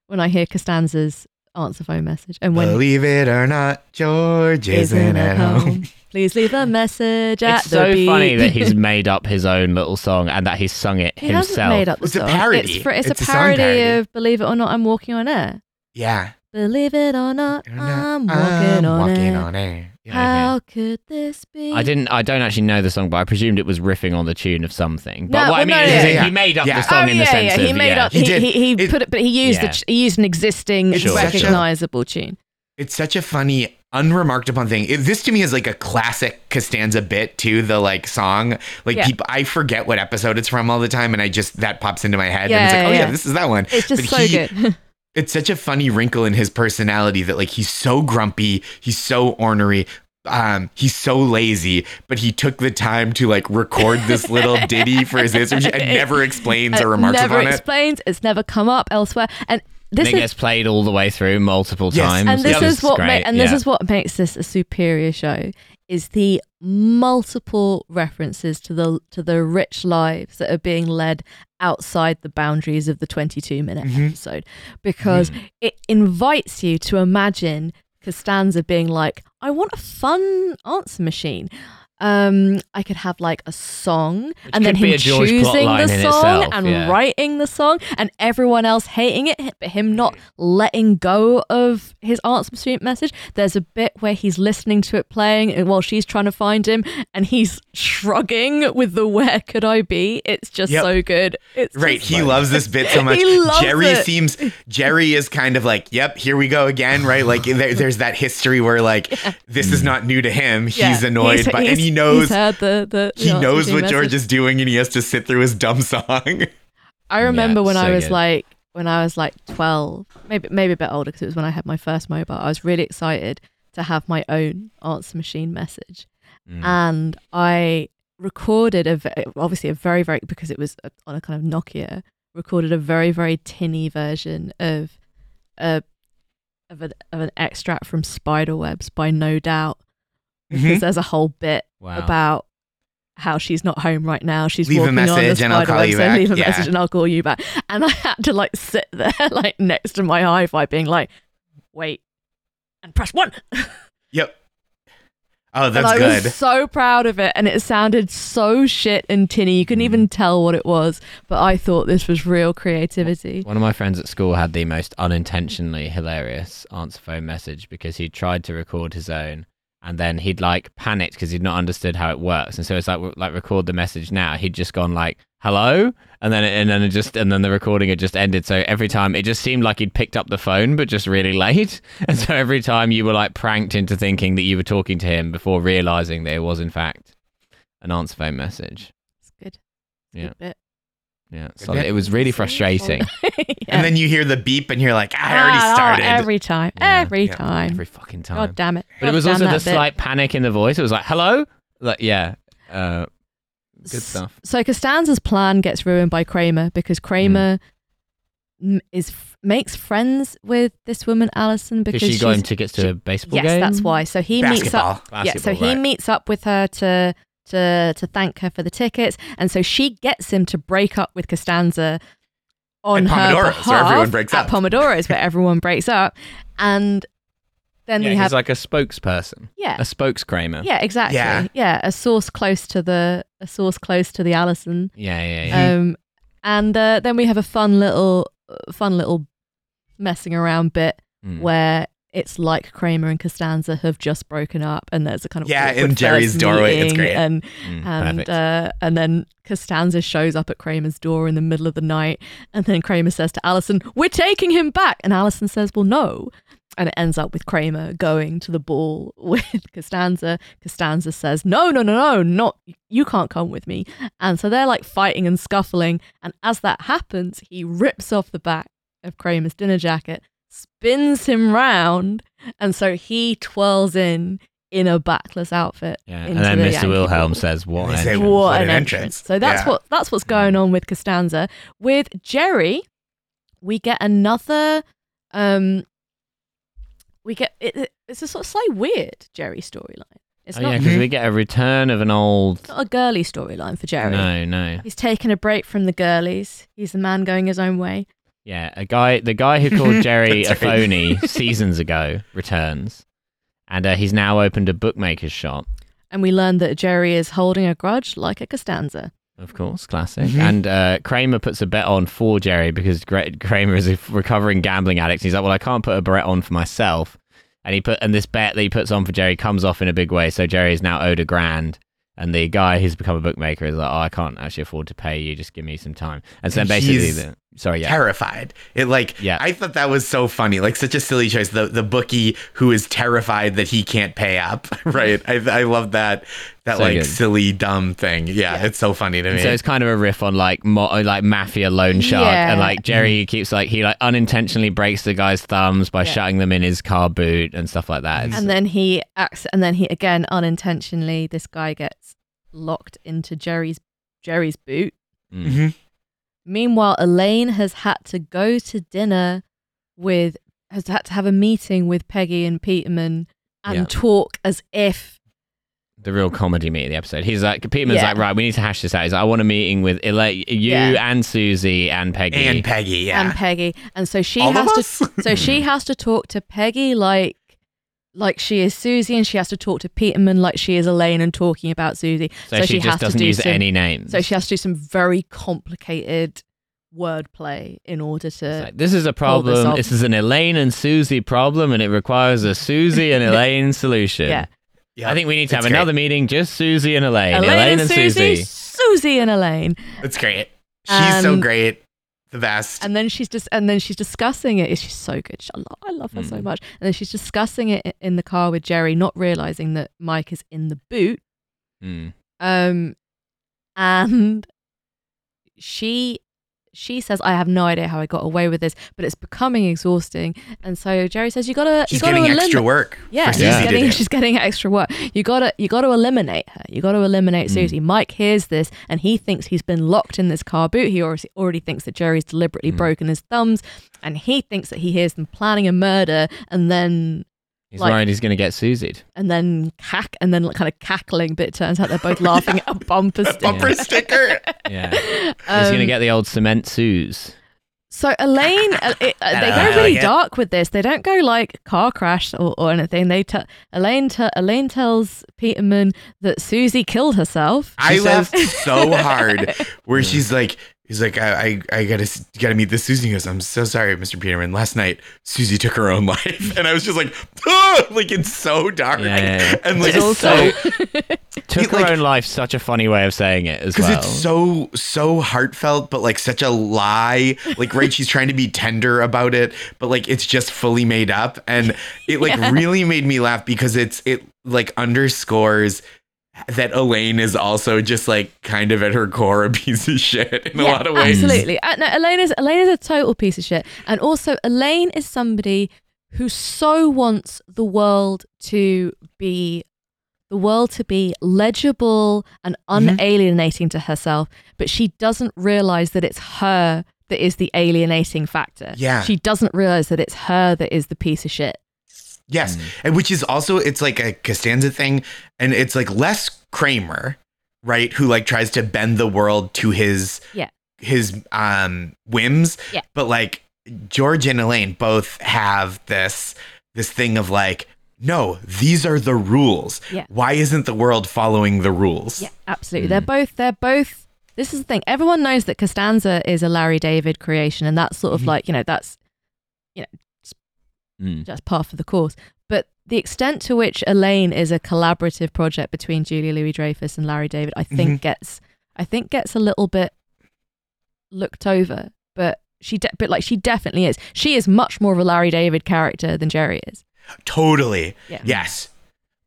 Speaker 3: when I hear Costanza's answer phone message and when.
Speaker 2: Believe it or not, George
Speaker 3: he
Speaker 2: isn't, at home.
Speaker 3: Please leave a message at
Speaker 1: it's
Speaker 3: the
Speaker 1: so
Speaker 3: beep.
Speaker 1: funny that he's made up his own little song and that he's sung it
Speaker 3: He
Speaker 1: himself.
Speaker 3: hasn't made up the
Speaker 2: It's a
Speaker 3: song.
Speaker 2: parody.
Speaker 3: It's, fr- it's,
Speaker 2: It's a
Speaker 3: a
Speaker 2: song
Speaker 3: parody,
Speaker 2: parody.
Speaker 3: of "Believe It or Not, I'm Walking on Air."
Speaker 2: Yeah.
Speaker 3: Believe it or not,
Speaker 2: Or not,
Speaker 3: I'm walking on
Speaker 2: walking
Speaker 3: air.
Speaker 2: on air. Yeah.
Speaker 3: How could this be?
Speaker 1: I didn't. I don't actually know the song, but I presumed it was riffing on the tune of something. But
Speaker 3: No,
Speaker 1: what I
Speaker 3: well,
Speaker 1: mean
Speaker 3: no,
Speaker 1: is,
Speaker 3: yeah,
Speaker 1: is
Speaker 2: yeah.
Speaker 1: he made up
Speaker 2: Yeah.
Speaker 1: the song
Speaker 3: oh
Speaker 1: in the
Speaker 3: yeah,
Speaker 1: sense
Speaker 3: yeah. He
Speaker 1: of
Speaker 3: made
Speaker 1: yeah.
Speaker 3: up.
Speaker 2: He
Speaker 3: He,
Speaker 2: did.
Speaker 3: he, he
Speaker 2: It-
Speaker 3: put it, but he used
Speaker 1: Yeah.
Speaker 3: the, he used an existing
Speaker 2: It's
Speaker 1: such a-
Speaker 3: recognizable tune.
Speaker 2: It's such a funny, unremarked upon thing. It, this to me is like a classic Costanza bit too. The like song, like
Speaker 3: Yeah.
Speaker 2: people, I forget what episode it's from all the time, and I just that pops into my head, and it's like,
Speaker 3: Yeah,
Speaker 2: oh yeah,
Speaker 3: yeah, yeah.
Speaker 2: this is that one.
Speaker 3: It's
Speaker 2: But
Speaker 3: just so
Speaker 2: he-
Speaker 3: good.
Speaker 2: It's such a funny wrinkle in his personality that like he's so grumpy, he's so ornery. Um, he's so lazy, but he took the time to like record this little ditty for his Instagram and never explains or
Speaker 3: It
Speaker 2: remarks
Speaker 3: never
Speaker 2: upon it.
Speaker 3: explains. It's never come up elsewhere. And this
Speaker 1: and it gets
Speaker 3: is
Speaker 1: played all the way through multiple
Speaker 2: Yes.
Speaker 1: times.
Speaker 3: and this
Speaker 1: which
Speaker 3: is what ma-
Speaker 1: great.
Speaker 3: and this
Speaker 1: yeah.
Speaker 3: is what makes this a superior show is the multiple references to the to the rich lives that are being led outside the boundaries of the 22 minute
Speaker 1: Mm-hmm.
Speaker 2: Mhm.
Speaker 3: episode
Speaker 1: Mm.
Speaker 3: because it invites you to imagine Costanza being like I want a fun answer machine um I could have like a song and then
Speaker 1: could be
Speaker 3: him
Speaker 1: a George plot
Speaker 3: choosing the
Speaker 1: line
Speaker 3: song
Speaker 1: in itself,
Speaker 3: and
Speaker 1: yeah.
Speaker 3: writing the song and everyone else hating it, but him not letting go of his answer machine message. There's a bit where he's listening to it playing and while she's trying to find him and he's shrugging with the where could I be? It's just
Speaker 2: Yep.
Speaker 3: so good. It's
Speaker 2: Right,
Speaker 3: just
Speaker 2: he
Speaker 3: so-
Speaker 2: loves this bit so much.
Speaker 3: He loves
Speaker 2: Jerry
Speaker 3: it.
Speaker 2: seems Jerry is kind of like, "Yep, here we go again." Right, like there, there's that history where like this is not new to him.
Speaker 3: yeah,
Speaker 2: he's annoyed, by, and he
Speaker 3: he's
Speaker 2: knows
Speaker 3: heard the- the- the
Speaker 2: he
Speaker 3: answer
Speaker 2: knows
Speaker 3: machine
Speaker 2: what George
Speaker 3: message.
Speaker 2: is doing, and he has to sit through his dumb song.
Speaker 3: I remember
Speaker 1: it's
Speaker 3: when I
Speaker 1: so
Speaker 3: was
Speaker 1: good.
Speaker 3: like when I was like 12, maybe maybe a bit older because it was when I had my first mobile. I was really excited to have my own answer machine message.
Speaker 2: Mm.
Speaker 1: Mm.
Speaker 3: And I recorded a ve- obviously a very very because it was on a kind of Nokia, recorded a very very tinny version of a of an of an extract from Spiderwebs by No Doubt because
Speaker 2: Mhm.
Speaker 3: there's a whole bit
Speaker 1: wow.
Speaker 3: about how she's not home right now. She's
Speaker 2: Leave a
Speaker 3: walking on
Speaker 2: message
Speaker 3: the
Speaker 2: and I'll
Speaker 3: spider
Speaker 2: call you
Speaker 3: web, so
Speaker 2: back.
Speaker 3: Leave a
Speaker 2: Yeah.
Speaker 3: message and I'll call you back. And I had to like sit there like next to my hi-fi, being like, wait, and press one.
Speaker 2: Yep. Oh,
Speaker 3: and
Speaker 2: that's
Speaker 3: I
Speaker 2: good.
Speaker 3: was so proud of it, and it sounded so shit and tinny. You couldn't even tell what it was, but I thought this was real creativity.
Speaker 1: One of my friends at school had the most unintentionally hilarious answer phone message because he tried to record his own and then he'd like panicked because he'd not understood how it works. And so it's like, w- like record the message now. He'd just gone like, hello. And then, it, and then it just, and then the recording had just ended. So every time it just seemed like he'd picked up the phone, but just really late. And so every time you were like pranked into thinking that you were talking to him before realizing that it was in fact an answer phone message.
Speaker 3: It's a good bit.
Speaker 1: Yeah, so it was really frustrating.
Speaker 2: And then you hear the beep and you're like, I already
Speaker 3: Ah, ah,
Speaker 2: started.
Speaker 3: every time.
Speaker 1: Yeah.
Speaker 3: Every
Speaker 2: Yeah.
Speaker 3: time.
Speaker 1: Every fucking time.
Speaker 3: God damn it.
Speaker 1: But it was
Speaker 3: God
Speaker 1: also
Speaker 3: damn
Speaker 1: the
Speaker 3: that bit.
Speaker 1: slight panic in the voice. It was like, "Hello," like yeah, uh, good
Speaker 3: S-
Speaker 1: stuff.
Speaker 3: So Costanza's plan gets ruined by Kramer because Kramer m- is f- makes friends with this woman Allison
Speaker 1: Because
Speaker 3: because
Speaker 1: she got him
Speaker 3: she's-
Speaker 1: tickets to
Speaker 3: she-
Speaker 1: a baseball
Speaker 3: yes,
Speaker 1: game.
Speaker 3: that's why. So he meets up.
Speaker 2: Basketball.
Speaker 1: Basketball,
Speaker 3: yeah, so he
Speaker 1: right.
Speaker 3: meets up with her to to to thank her for the tickets, and so she gets him to break up with Costanza on
Speaker 2: At
Speaker 3: her
Speaker 2: Pomodoro's,
Speaker 3: behalf
Speaker 2: where everyone breaks
Speaker 3: at
Speaker 2: up.
Speaker 3: Pomodoro's, where everyone breaks up, and then
Speaker 1: yeah,
Speaker 3: we
Speaker 1: he's
Speaker 3: have
Speaker 1: like a spokesperson,
Speaker 3: yeah
Speaker 1: a spokescramer.
Speaker 3: yeah exactly
Speaker 2: Yeah.
Speaker 3: yeah. a source close to the a source close to the Allison,
Speaker 1: yeah, yeah. yeah.
Speaker 3: um, and uh, then we have a fun little fun little messing around bit
Speaker 1: Mm.
Speaker 3: where it's like Kramer and Costanza have just broken up, and there's a kind of
Speaker 2: Yeah,
Speaker 3: awkward
Speaker 2: in Jerry's
Speaker 3: first
Speaker 2: doorway, it's
Speaker 3: meeting,
Speaker 2: great.
Speaker 3: and
Speaker 1: Mm,
Speaker 3: and
Speaker 1: perfect.
Speaker 3: uh, and then Costanza shows up at Kramer's door in the middle of the night, and then Kramer says to Allison, "We're taking him back," and Allison says, "Well, no." And it ends up with Kramer going to the ball with Costanza. Costanza says, "No, no, no, no, not you can't come with me." And so they're like fighting and scuffling. And as that happens, he rips off the back of Kramer's dinner jacket, spins him round, and so he twirls in in a backless outfit.
Speaker 1: yeah.
Speaker 3: into
Speaker 1: And then
Speaker 3: the
Speaker 1: Mr.
Speaker 3: Yankee
Speaker 1: Wilhelm
Speaker 3: ball.
Speaker 1: says, "What?"
Speaker 2: They
Speaker 1: an
Speaker 2: say,
Speaker 1: entrance."
Speaker 2: "What
Speaker 3: What
Speaker 2: an
Speaker 3: an
Speaker 2: entrance."
Speaker 3: entrance! So that's
Speaker 2: Yeah.
Speaker 3: what that's what's going on with Costanza. With Jerry, we get another. um We get it, it- it's a sort of slightly weird Jerry storyline. It's
Speaker 1: Oh,
Speaker 3: not,
Speaker 1: yeah, because we get a return of an old.
Speaker 3: not a girly storyline for Jerry.
Speaker 1: No, no.
Speaker 3: He's taken a break from the girlies. He's a man going his own way.
Speaker 1: Yeah, a guy, the guy who called Jerry a
Speaker 2: That's right.
Speaker 1: phony seasons ago returns, and uh, he's now opened a bookmaker's shop.
Speaker 3: And we learn that Jerry is holding a grudge like a Costanza.
Speaker 1: Of course, classic.
Speaker 3: Mm-hmm.
Speaker 2: Mhm.
Speaker 1: And uh, Kramer puts a bet on for Jerry because Gra- Kramer is a f- recovering gambling addict. He's like, "Well, I can't put a bet on for myself," and he put and this bet that he puts on for Jerry comes off in a big way. So Jerry is now owed a grand, and the guy who's become a bookmaker is like, "Oh, I can't actually afford to pay you. Just give me some time." And so then
Speaker 2: And
Speaker 1: basically,
Speaker 2: he's
Speaker 1: the, sorry, yeah,
Speaker 2: terrified. It like
Speaker 1: Yeah.
Speaker 2: I thought that was so funny, like such a silly choice. The the bookie who is terrified that he can't pay up, right? I I love that that
Speaker 1: So
Speaker 2: like
Speaker 1: good.
Speaker 2: silly dumb thing. Yeah, it's so funny to
Speaker 1: And
Speaker 2: me.
Speaker 1: So it's kind of a riff on like mo- uh, like mafia loan shark
Speaker 3: Yeah. Mm-hmm.
Speaker 1: and like Jerry keeps like he like unintentionally breaks the guy's thumbs by
Speaker 3: Yeah. Mm-hmm.
Speaker 1: shutting them in his car boot and stuff like that.
Speaker 2: Mm.
Speaker 1: It's-
Speaker 3: And then he acts, and then he again unintentionally, this guy gets locked into Jerry's Jerry's boot.
Speaker 1: mm.
Speaker 2: Mhm.
Speaker 3: Meanwhile, Elaine has had to go to dinner with, has had to have a meeting with Peggy and Peterman and
Speaker 1: Yeah.
Speaker 3: talk as if
Speaker 1: the real comedy meat of the episode. He's like Peterman's
Speaker 3: Yeah.
Speaker 1: like right, we need to hash this out. He's like I want a meeting with Ela- you
Speaker 3: Yeah.
Speaker 1: and Susie and Peggy.
Speaker 2: and Peggy, yeah.
Speaker 3: and Peggy, and so she
Speaker 2: All of
Speaker 3: has to
Speaker 2: us?
Speaker 3: So she has to talk to Peggy like like she is Susie, and she has to talk to Peterman like she is Elaine and talking about Susie.
Speaker 1: so, she, just doesn't use
Speaker 3: some,
Speaker 1: any names.
Speaker 3: So she has to do some very complicated wordplay in order to.
Speaker 1: It's like, this is a
Speaker 3: pull this
Speaker 1: problem.
Speaker 3: off.
Speaker 1: This, is an Elaine and Susie problem, and it requires a Susie and Elaine solution.
Speaker 3: Yeah.
Speaker 2: Yeah.
Speaker 1: I think we need to have
Speaker 2: It's great.
Speaker 1: another meeting, just Susie and Elaine.
Speaker 3: Elaine, and, Susie,
Speaker 1: Susie.
Speaker 3: Susie and Elaine,
Speaker 2: That's great. She's so
Speaker 3: And-
Speaker 2: great. The best.
Speaker 3: Um, and then she's just and then she's discussing it. She's so good. She- I love, I love her so
Speaker 1: Mm.
Speaker 3: much. And then she's discussing it i- in the car with Jerry, not realizing that Mike is in the boot.
Speaker 1: Mm.
Speaker 3: Um, and she she says, "I have no idea how I got away with this, but it's becoming exhausting." And so Jerry says, "You gotta,
Speaker 2: she's
Speaker 3: you gotta
Speaker 2: getting
Speaker 3: eliminate."
Speaker 2: extra work.
Speaker 3: yeah,
Speaker 2: for
Speaker 3: she's
Speaker 2: Susie
Speaker 1: Yeah.
Speaker 2: to
Speaker 3: getting
Speaker 2: do.
Speaker 3: she's getting extra work. You gotta you gotta eliminate her. You gotta eliminate
Speaker 1: Mm.
Speaker 3: Susie. Mike hears this and he thinks he's been locked in this car boot. He already already thinks that Jerry's deliberately
Speaker 1: Mm.
Speaker 3: broken his thumbs, and he thinks that he hears them planning a murder, and then
Speaker 1: He's
Speaker 3: Like-
Speaker 1: worried he's going to get Susied.
Speaker 3: and then cack and then kind of cackling. But it turns out they're both laughing at a bumper
Speaker 2: A
Speaker 3: sticker.
Speaker 2: bumper sticker.
Speaker 1: Yeah, he's going to
Speaker 3: Um,
Speaker 1: get the old cement Suze.
Speaker 3: So Elaine, uh, it, uh, they
Speaker 2: I
Speaker 3: go
Speaker 2: like
Speaker 3: really
Speaker 2: it.
Speaker 3: dark with this. They don't go like car crash or, or anything. They t- Elaine t- Elaine tells Peterman that Susie killed herself.
Speaker 2: I
Speaker 1: She says-
Speaker 2: laughed so hard where she's like, he's like, I, I, I gotta, s- gotta meet this Susie. He goes, I'm so sorry, Mr. Peterman. Last night, Susie took her own life, and I was just like, "Ah!" like it's so dark,
Speaker 1: Yeah, yeah, yeah.
Speaker 2: and like
Speaker 1: It's also-
Speaker 2: so
Speaker 1: Took her
Speaker 2: like-
Speaker 1: own life. Such a funny way of saying it as
Speaker 2: because
Speaker 1: well.
Speaker 2: it's so so heartfelt, but like such a lie. Like right, she's trying to be tender about it, but like it's just fully made up, and it like really made me laugh because it's it like underscores that Elaine is also just like kind of at her core a piece of shit in a
Speaker 3: Yeah,
Speaker 2: lot of ways.
Speaker 3: Absolutely. Uh, no, Elaine is Elaine is a total piece of shit, and also Elaine is somebody who so wants the world to be the world to be legible and
Speaker 2: Mm-hmm.
Speaker 3: unalienating to herself, but she doesn't realize that it's her that is the alienating factor.
Speaker 2: Yeah.
Speaker 3: She doesn't realize that it's her that is the piece of shit.
Speaker 2: Yes,
Speaker 3: Mm.
Speaker 2: and which is also it's like a Costanza thing, and it's like less Kramer, right? Who like tries to bend the world to his
Speaker 3: Yeah.
Speaker 2: his um whims.
Speaker 3: Yeah.
Speaker 2: But like George and Elaine both have this this thing of like, no, these are the rules.
Speaker 3: Yeah.
Speaker 2: Why isn't the world following the rules?
Speaker 3: Yeah, absolutely. They're
Speaker 2: Mm.
Speaker 3: both. They're both. This is the thing. Everyone knows that Costanza is a Larry David creation, and that's sort
Speaker 2: Mm-hmm.
Speaker 3: of like you know that's you know it's-
Speaker 1: Mm.
Speaker 3: that's par for the course. But the extent to which Elaine is a collaborative project between Julia Louis Dreyfus and Larry David, I think gets I think gets a little bit looked over. But she, de- but like she definitely is. She is much more of a Larry David character than Jerry is.
Speaker 2: Totally.
Speaker 3: Yeah.
Speaker 2: Yes.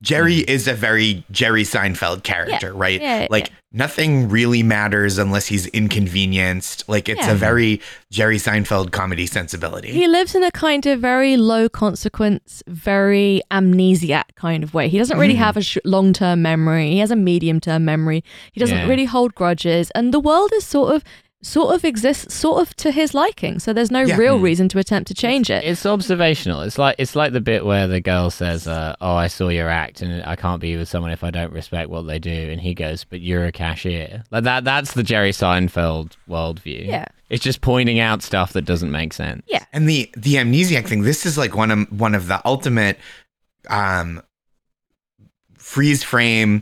Speaker 2: Jerry is a very Jerry Seinfeld character, right?
Speaker 3: yeah,
Speaker 2: like nothing really matters unless he's inconvenienced. Like it's
Speaker 3: Yeah.
Speaker 2: a very Jerry Seinfeld comedy sensibility.
Speaker 3: He lives in a kind of very low consequence, very amnesiac kind of way. He doesn't
Speaker 2: Hmm.
Speaker 3: really have a sh- long term memory. He has a medium term memory. He doesn't
Speaker 1: Yeah.
Speaker 3: really hold grudges, and the world is sort of sort of exists sort of to his liking. So there's no
Speaker 2: Yeah. Hmm.
Speaker 3: real
Speaker 1: Mm.
Speaker 3: reason to attempt to change it.
Speaker 1: It's observational. It's like it's like the bit where the girl says, uh, "Oh, I saw your act, and I can't be with someone if I don't respect what they do." And he goes, "But you're a cashier." Like that. That's the Jerry Seinfeld worldview.
Speaker 3: Yeah.
Speaker 1: it's just pointing out stuff that doesn't make sense.
Speaker 3: Yeah.
Speaker 2: and the the amnesiac thing this is like one of one of the ultimate um freeze frame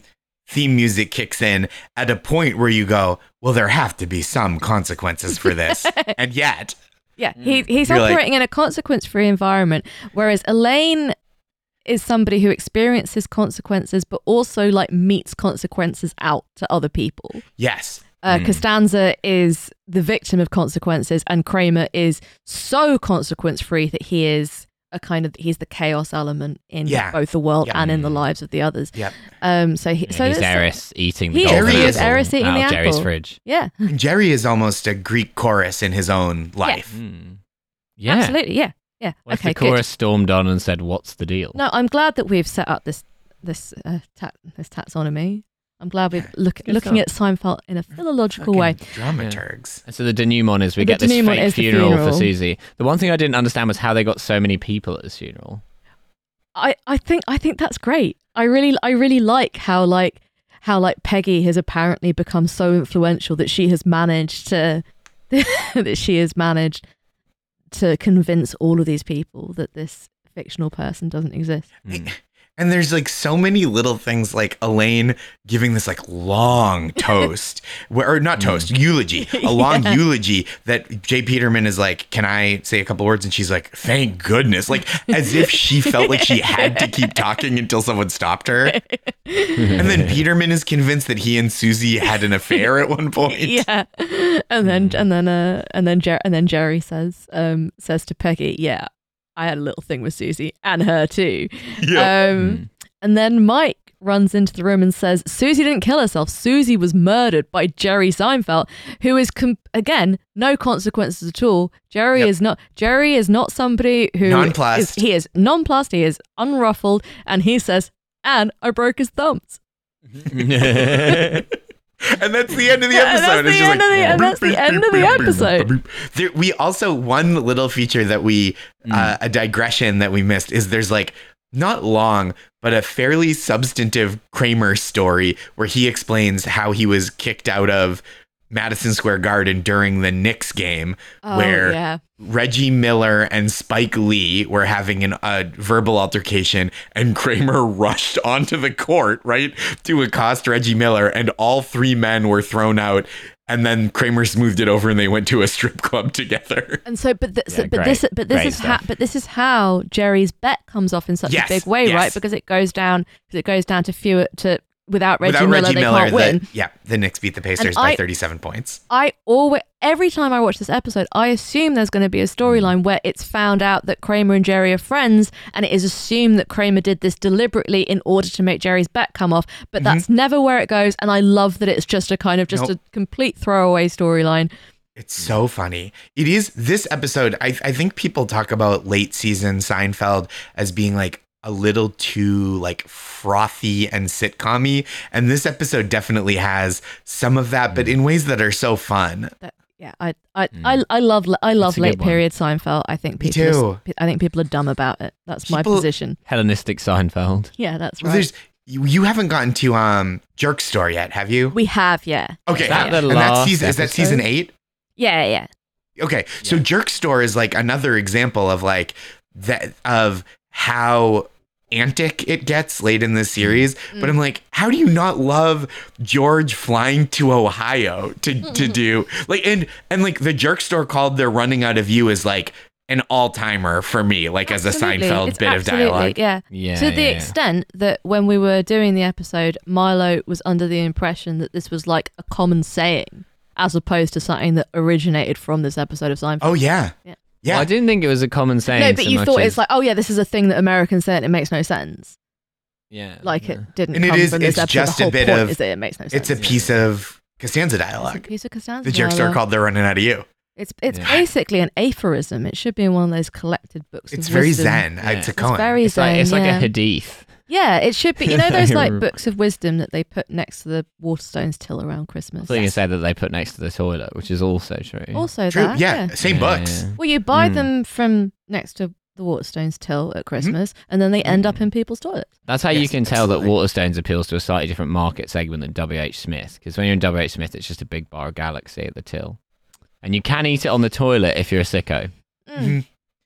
Speaker 2: theme music kicks in at a point where you go well there have to be some consequences for this and yet
Speaker 3: Yeah, he, he's
Speaker 2: You're like-
Speaker 3: operating in a consequence free environment, whereas Elaine is somebody who experiences consequences, but also like meets consequences out to other people.
Speaker 2: yes
Speaker 1: Hmm.
Speaker 3: Uh, Costanza is the victim of consequences, and Kramer is so consequence free that he is a kind of he's the chaos element in
Speaker 2: Yeah.
Speaker 3: both the world
Speaker 2: Yeah.
Speaker 3: and in the lives of the others.
Speaker 2: yep
Speaker 3: Um, so he,
Speaker 1: Yeah,
Speaker 3: so
Speaker 1: he's
Speaker 3: it's-
Speaker 1: Eris eating the
Speaker 3: He is-
Speaker 1: golden
Speaker 2: Jerry is
Speaker 1: apple
Speaker 3: Eris eating
Speaker 1: out
Speaker 3: the
Speaker 1: of Jerry's
Speaker 3: apple.
Speaker 1: fridge.
Speaker 3: yeah,
Speaker 2: And jerry is almost a greek chorus in his own life
Speaker 1: Mm. Yeah,
Speaker 3: absolutely, yeah, yeah.
Speaker 1: Once
Speaker 3: okay,
Speaker 1: the chorus stormed on and said, "What's the deal?"
Speaker 3: good. No, I'm glad that we've set up this this uh, ta- this taxonomy. I'm glad we're look,
Speaker 1: Good
Speaker 3: looking at Seinfeld in a philological way.
Speaker 2: dramaturgs
Speaker 1: And so the denouement is we
Speaker 3: The
Speaker 1: get this
Speaker 3: denouement
Speaker 1: fake
Speaker 3: is the
Speaker 1: funeral, for
Speaker 3: funeral.
Speaker 1: Susie. The one thing I didn't understand was how they got so many people at this funeral.
Speaker 3: I, I think I think that's great. I really I really like how like how like Peggy has apparently become so influential that she has managed to that she has managed to convince all of these people that this fictional person doesn't exist.
Speaker 2: Hmm.
Speaker 1: Mm.
Speaker 2: And there's like so many little things like Elaine giving this like long toast, where, or not toast, eulogy, a long eulogy that Jay Peterman is like, Can I say a couple words? And she's like, Thank goodness. Like, as if she felt like she had to keep talking until someone stopped her. And then Peterman is convinced that he and Susie had an affair at one point.
Speaker 3: Yeah. And then and then uh and then Jer- and then Jerry says um says to Peggy, "Yeah, I had a little thing with Susie and her too."
Speaker 2: Yeah.
Speaker 3: Um, And then Mike runs into the room and says, Susie didn't kill herself. Susie was murdered by Jerry Seinfeld, who is, com- again, no consequences at all. Jerry
Speaker 2: Yep.
Speaker 3: is not, Jerry is not somebody who.
Speaker 2: Nonplussed.
Speaker 3: is- he is nonplussed. He is unruffled. And he says, and I broke his thumbs.
Speaker 2: And that's the end of the
Speaker 3: Yeah, and that's
Speaker 2: episode.
Speaker 3: the
Speaker 2: just
Speaker 3: end of the- and that's the
Speaker 2: boop, boop,
Speaker 3: end of
Speaker 2: boop,
Speaker 3: the
Speaker 2: boop, boop,
Speaker 3: episode.
Speaker 2: boop, boop. There, we also one little feature that we uh, a digression that we missed is there's like not long but a fairly substantive Kramer story where he explains how he was kicked out of Madison Square Garden during the Knicks game where
Speaker 3: Oh, yeah.
Speaker 2: Reggie Miller and Spike Lee were having an, a verbal altercation, and Kramer rushed onto the court, right, to accost Reggie Miller, and all three men were thrown out. And then Kramer smoothed it over, and they went to a strip club together.
Speaker 3: And so, but, th- so-
Speaker 1: Yeah,
Speaker 3: but
Speaker 1: great.
Speaker 3: this, but this
Speaker 1: Great
Speaker 3: is how,
Speaker 1: stuff.
Speaker 3: but this is how Jerry's bet comes off in such
Speaker 2: Yes,
Speaker 3: a big way,
Speaker 2: yes.
Speaker 3: right? Because it goes down, because it goes down to fewer to without Reggie
Speaker 2: Without
Speaker 3: Miller,
Speaker 2: Reggie
Speaker 3: they
Speaker 2: Miller,
Speaker 3: can't
Speaker 2: the,
Speaker 3: win.
Speaker 2: yeah, the Knicks beat the Pacers by
Speaker 3: I-
Speaker 2: 37 points.
Speaker 3: I always, every time I watch this episode, I assume there's going to be a
Speaker 2: Mm.
Speaker 3: storyline where it's found out that Kramer and Jerry are friends, and it is assumed that Kramer did this deliberately in order to make Jerry's bet come off. But that's never where it goes, and I love that it's just a kind of just
Speaker 2: Mm-hmm. Nope.
Speaker 3: a complete throwaway storyline.
Speaker 2: It's
Speaker 1: Hmm.
Speaker 2: so funny. It is this episode. I, I think people talk about late season Seinfeld as being like a little too like frothy and sitcom-y. and this episode definitely has some of that,
Speaker 1: Hmm.
Speaker 2: but in ways that are so fun.
Speaker 3: That, yeah, I I,
Speaker 2: Mm.
Speaker 3: I I love I love
Speaker 1: a good
Speaker 3: late
Speaker 1: one.
Speaker 3: period Seinfeld. I think
Speaker 2: Me
Speaker 3: people Are, I think people are dumb about it. That's my
Speaker 2: People-
Speaker 3: position.
Speaker 1: Hellenistic Seinfeld.
Speaker 3: Yeah, that's right.
Speaker 2: There's you, you haven't gotten to um Jerk Store yet, have you?
Speaker 3: we have yeah.
Speaker 2: Okay,
Speaker 1: Is that the
Speaker 2: and that's
Speaker 1: last
Speaker 2: season is that
Speaker 1: episode?
Speaker 2: season eight?
Speaker 3: Yeah, yeah.
Speaker 2: Okay, so Jerk Store is like another example of like that of how antic it gets late in this series.
Speaker 3: Mm-hmm.
Speaker 2: But I'm like, how do you not love George flying to Ohio to
Speaker 3: Mm-hmm.
Speaker 2: to do like and and like the Jerk Store called "They're Running Out of You" is like an all timer for me, like as a
Speaker 3: Absolutely.
Speaker 2: Seinfeld
Speaker 3: It's
Speaker 2: bit of
Speaker 3: absolutely-
Speaker 2: dialogue.
Speaker 3: Yeah.
Speaker 1: Yeah.
Speaker 3: to the
Speaker 1: yeah, yeah.
Speaker 3: extent that when we were doing the episode, Milo was under the impression that this was like a common saying, as opposed to something that originated from this episode of Seinfeld.
Speaker 2: Oh yeah,
Speaker 3: Yeah.
Speaker 2: yeah.
Speaker 1: Well, I didn't think it was a common saying.
Speaker 3: no, but
Speaker 1: so
Speaker 3: you
Speaker 1: much
Speaker 3: thought
Speaker 1: as-
Speaker 3: it's like, oh yeah, this is a thing that Americans say, and it makes no sense.
Speaker 1: yeah,
Speaker 3: Like
Speaker 1: yeah.
Speaker 3: it didn't
Speaker 2: And it
Speaker 3: come
Speaker 2: is-
Speaker 3: from this
Speaker 2: it's
Speaker 3: episode.
Speaker 2: just
Speaker 3: the
Speaker 2: a
Speaker 3: whole
Speaker 2: bit
Speaker 3: point
Speaker 2: of-
Speaker 3: is that it makes no sense.
Speaker 2: it's a piece of Costanza
Speaker 3: It's a
Speaker 2: dialogue.
Speaker 3: piece of Costanza.
Speaker 2: The Jerk Store
Speaker 3: dialogue.
Speaker 2: called "They're Running Out of You."
Speaker 3: It's it's
Speaker 1: Yeah.
Speaker 3: basically an aphorism. It should be in one of those collected books. of
Speaker 2: It's very
Speaker 3: wisdom.
Speaker 2: zen.
Speaker 1: Yeah.
Speaker 2: It's a
Speaker 1: It's
Speaker 3: It's
Speaker 2: Cohen.
Speaker 3: very
Speaker 1: It's
Speaker 3: zen.
Speaker 1: like it's like
Speaker 3: yeah.
Speaker 1: a hadith.
Speaker 3: Yeah, it should be. You know those like
Speaker 1: Right.
Speaker 3: books of wisdom that they put next to the Waterstones till around
Speaker 1: I
Speaker 3: Christmas.
Speaker 1: thought you were gonna say that they put next to the toilet, which is also true.
Speaker 3: Also,
Speaker 2: True.
Speaker 3: that
Speaker 2: yeah, Hmm. same
Speaker 1: Yeah,
Speaker 2: books.
Speaker 1: yeah.
Speaker 3: Well, you buy
Speaker 1: Mm.
Speaker 3: them from next to the Waterstones till
Speaker 2: Hmm.
Speaker 3: at Christmas, and then they end up in people's toilets.
Speaker 1: That's how you
Speaker 2: Yes,
Speaker 1: can tell
Speaker 2: absolutely.
Speaker 1: that Waterstones appeals to a slightly different market segment than WH Smith, because when you're in WH Smith, it's just a big bar of Galaxy at the till, and you can eat it on the toilet if you're a sicko.
Speaker 3: Mm.
Speaker 2: Mm-hmm.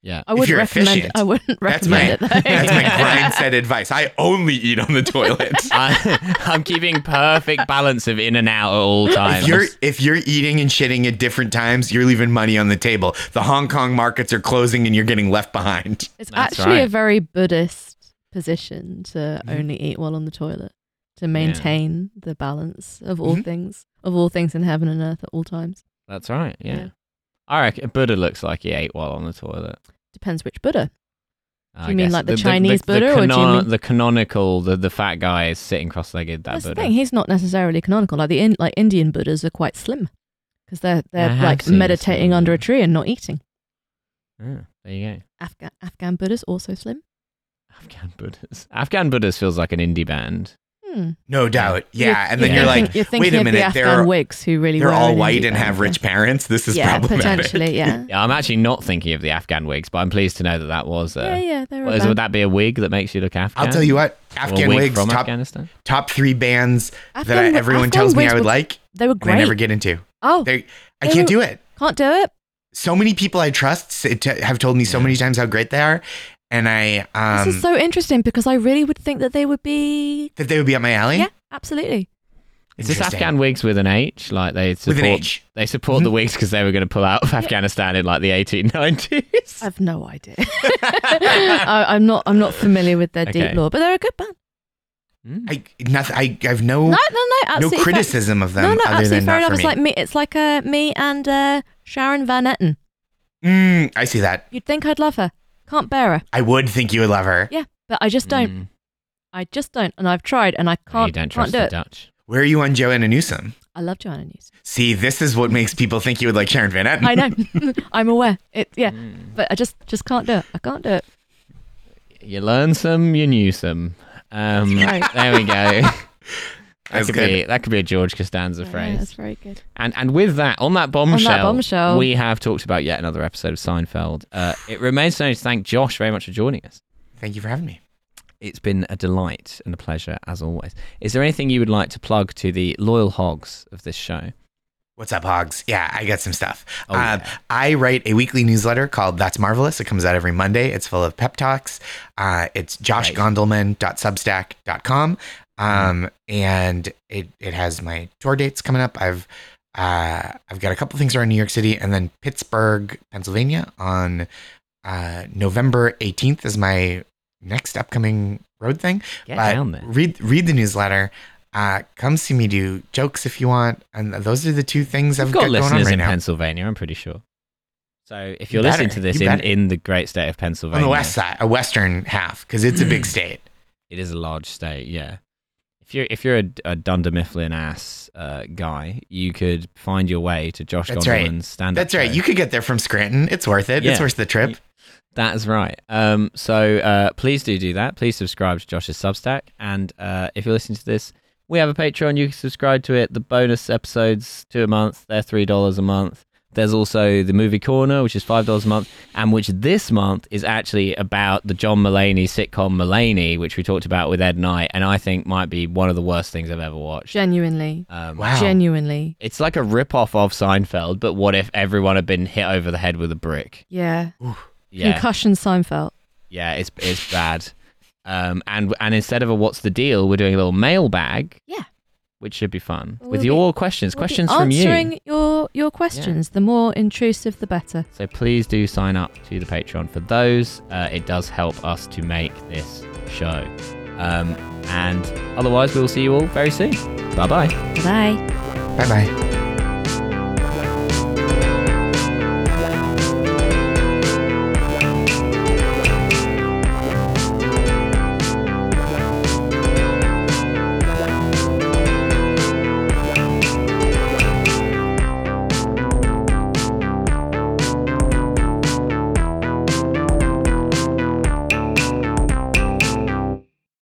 Speaker 1: Yeah,
Speaker 3: I
Speaker 2: If
Speaker 3: would
Speaker 2: you're
Speaker 3: recommend.
Speaker 2: efficient.
Speaker 3: I wouldn't
Speaker 2: That's
Speaker 3: recommend
Speaker 2: my-
Speaker 3: it. Though.
Speaker 2: That's my grind set advice. I only eat on the toilet.
Speaker 1: I, I'm keeping perfect balance of in and out at all
Speaker 2: If
Speaker 1: times.
Speaker 2: you're if you're eating and shitting at different times, you're leaving money on the table. The Hong Kong markets are closing, and you're getting left behind.
Speaker 3: It's
Speaker 1: That's
Speaker 3: actually a
Speaker 1: right.
Speaker 3: very Buddhist position to
Speaker 2: Mm-hmm.
Speaker 3: only eat while on the toilet to maintain the balance of all
Speaker 2: Mhm.
Speaker 3: things, of all things in heaven and earth at all times.
Speaker 1: That's right. Yeah.
Speaker 3: Yeah.
Speaker 1: I reckon Buddha looks like he ate while on the toilet.
Speaker 3: Depends which Buddha.
Speaker 1: I
Speaker 3: you mean
Speaker 1: guess.
Speaker 3: like the Chinese Buddha, or do you mean-
Speaker 1: the canonical, the, the fat guy is sitting cross-legged? That
Speaker 3: That's the
Speaker 1: Buddha.
Speaker 3: thing. He's not necessarily canonical. Like the in, like Indian Buddhas are quite slim because they're they're
Speaker 1: have
Speaker 3: like
Speaker 1: seen a
Speaker 3: meditating
Speaker 1: slim
Speaker 3: under a
Speaker 1: Buddha.
Speaker 3: tree and not eating.
Speaker 1: Yeah, there you go.
Speaker 3: Afghan Afghan Buddhas also slim.
Speaker 1: Afghan Buddhas. Afghan Buddhas feels like an indie band.
Speaker 3: Hmm.
Speaker 2: No doubt. Yeah, and then
Speaker 1: yeah.
Speaker 2: you're
Speaker 1: I
Speaker 2: like,
Speaker 1: think
Speaker 3: you're
Speaker 2: wait
Speaker 3: thinking
Speaker 2: a
Speaker 3: of
Speaker 2: minute,
Speaker 3: the
Speaker 2: they're-
Speaker 3: Afghan Whigs who really
Speaker 2: they're
Speaker 3: were
Speaker 2: all
Speaker 3: an
Speaker 2: white
Speaker 3: indie
Speaker 2: and
Speaker 3: band,
Speaker 2: have
Speaker 3: yeah.
Speaker 2: rich parents. This is
Speaker 3: Yeah,
Speaker 2: problematic.
Speaker 3: potentially, yeah.
Speaker 1: Yeah, I'm actually not thinking of the Afghan wigs, but I'm pleased to know that that was.
Speaker 3: yeah,
Speaker 1: Uh,
Speaker 3: yeah, they're
Speaker 1: what
Speaker 3: a
Speaker 1: is-
Speaker 3: band.
Speaker 1: would that be a wig that makes you look Afghan?
Speaker 2: I'll tell you what,
Speaker 1: Or a
Speaker 2: Afghan
Speaker 1: wig
Speaker 2: Wigs
Speaker 1: from
Speaker 2: top
Speaker 1: Afghanistan.
Speaker 2: top three bands
Speaker 3: Afghan
Speaker 2: that I,
Speaker 3: Wi-
Speaker 2: everyone
Speaker 3: Afghan
Speaker 2: tells me
Speaker 3: Wigs
Speaker 2: I would
Speaker 3: were-
Speaker 2: like,
Speaker 3: They were
Speaker 2: and
Speaker 3: great.
Speaker 2: I never get into.
Speaker 3: oh,
Speaker 2: They, I
Speaker 3: They
Speaker 2: can't
Speaker 3: were-
Speaker 2: do it.
Speaker 3: can't do it.
Speaker 2: So many people I trust say- t- have told me so
Speaker 1: Yeah.
Speaker 2: many times how great they are, and I um,
Speaker 3: this is so interesting because I really would think that they would be.
Speaker 2: that they would be up my alley.
Speaker 3: Yeah, absolutely.
Speaker 1: Is this
Speaker 2: Interesting.
Speaker 1: Afghan wigs with an H? Like they
Speaker 2: with
Speaker 1: support,
Speaker 2: an H.
Speaker 1: they support the wigs because they were going to pull out of Afghanistan in like the 1890s.
Speaker 3: I've no idea. I, I'm not. I'm not familiar with their
Speaker 1: Okay.
Speaker 3: deep lore, but they're a good band.
Speaker 1: Mm.
Speaker 2: I nothing. I I've no
Speaker 3: No, no,
Speaker 2: no,
Speaker 3: no. Absolutely fair.
Speaker 2: criticism of them
Speaker 3: No, no,
Speaker 2: other than
Speaker 3: absolutely fair
Speaker 2: not
Speaker 3: enough.
Speaker 2: for
Speaker 3: It's
Speaker 2: me.
Speaker 3: like me. It's like uh, me and uh, Sharon Van Etten.
Speaker 2: mm, I see that.
Speaker 3: You'd think I'd love her. Can't bear her.
Speaker 2: I would think you would love her.
Speaker 3: Yeah, but I just don't.
Speaker 1: Mm.
Speaker 3: I just don't, and I've tried, and I
Speaker 1: Oh,
Speaker 3: can't.
Speaker 1: you don't
Speaker 3: can't
Speaker 1: trust
Speaker 3: do
Speaker 1: the
Speaker 3: it.
Speaker 1: Dutch.
Speaker 2: Where are you on Joanna Newsom?
Speaker 3: I love Joanna News.
Speaker 2: See, this is what makes people think you would like Sharon Van Etten.
Speaker 3: I know. I'm aware. It. Yeah.
Speaker 1: Mm.
Speaker 3: But I just just can't do it. I can't do it.
Speaker 1: You learn some, you knew some. Um,
Speaker 3: Right.
Speaker 1: There we go. That
Speaker 2: That's
Speaker 1: could,
Speaker 2: good.
Speaker 1: be, that could be a George Costanza
Speaker 3: Yeah, that's
Speaker 1: phrase.
Speaker 3: very good.
Speaker 1: And and with that, on that bombshell,
Speaker 3: bombshell.
Speaker 1: we have talked about yet another episode of Seinfeld. Uh, it remains to me to thank Josh very much for joining us.
Speaker 2: Thank you for having me.
Speaker 1: It's been a delight and a pleasure as always. Is there anything you would like to plug to the loyal hogs of this show?
Speaker 2: What's up, Hogs? Yeah, I got some stuff.
Speaker 1: Oh,
Speaker 2: um,
Speaker 1: yeah.
Speaker 2: I write a weekly newsletter called That's Marvelous. It comes out every Monday. It's full of pep talks. Uh, it's joshgondelman.substack.com. Um,
Speaker 1: Mm-hmm.
Speaker 2: and it, it has my tour dates coming up. I've uh, I've got a couple things around New York City and then Pittsburgh, Pennsylvania on uh, November 18th is my next upcoming road thing.
Speaker 1: Get
Speaker 2: But
Speaker 1: down there.
Speaker 2: Read read the newsletter. Uh, come see me do jokes if you want. And those are the two things I've
Speaker 1: We've
Speaker 2: got,
Speaker 1: got
Speaker 2: going on
Speaker 1: listeners
Speaker 2: right
Speaker 1: in
Speaker 2: now.
Speaker 1: Pennsylvania, I'm pretty sure. So if
Speaker 2: You
Speaker 1: you're listening
Speaker 2: better.
Speaker 1: to this
Speaker 2: You
Speaker 1: in,
Speaker 2: better.
Speaker 1: in the great state of
Speaker 2: on
Speaker 1: Pennsylvania,
Speaker 2: the west side, a western half, because it's a big state.
Speaker 1: it is a large state. Yeah. If you're if you're a, a Dunder Mifflin ass uh, guy, you could find your way to Josh
Speaker 2: That's right.
Speaker 1: Gondelman's stand up.
Speaker 2: That's right. You could get there from Scranton. It's worth it. It's
Speaker 1: Yeah.
Speaker 2: worth the trip.
Speaker 1: That's right. Um, so uh, please do do that. Please subscribe to Josh's Substack. And uh, if you're listening to this, we have a Patreon. You can subscribe to it. The bonus episodes, two a month. They're three dollars a month. There's also the movie corner, which is five dollars a month, and which this month is actually about the John Mulaney sitcom Mulaney, which we talked about with Ed Knight, and I think might be one of the worst things I've ever watched.
Speaker 3: Genuinely.
Speaker 1: Um,
Speaker 2: Wow.
Speaker 3: Genuinely.
Speaker 1: It's like a rip-off of Seinfeld, but what if everyone had been hit over the head with a brick?
Speaker 3: Yeah.
Speaker 1: Yeah.
Speaker 3: Concussion Seinfeld.
Speaker 1: Yeah, it's it's bad. Um, and and instead of a what's the deal, we're doing a little mailbag.
Speaker 3: Yeah.
Speaker 1: which should be fun
Speaker 3: We'll
Speaker 1: with
Speaker 3: be-
Speaker 1: your questions.
Speaker 3: We'll be
Speaker 1: questions from
Speaker 3: answering
Speaker 1: you.
Speaker 3: your your questions. The more intrusive, the better.
Speaker 1: So please do sign up to the Patreon for those. Uh, it does help us to make this show. Um, and otherwise, we will see you all very soon. Bye bye.
Speaker 3: Bye.
Speaker 2: Bye bye.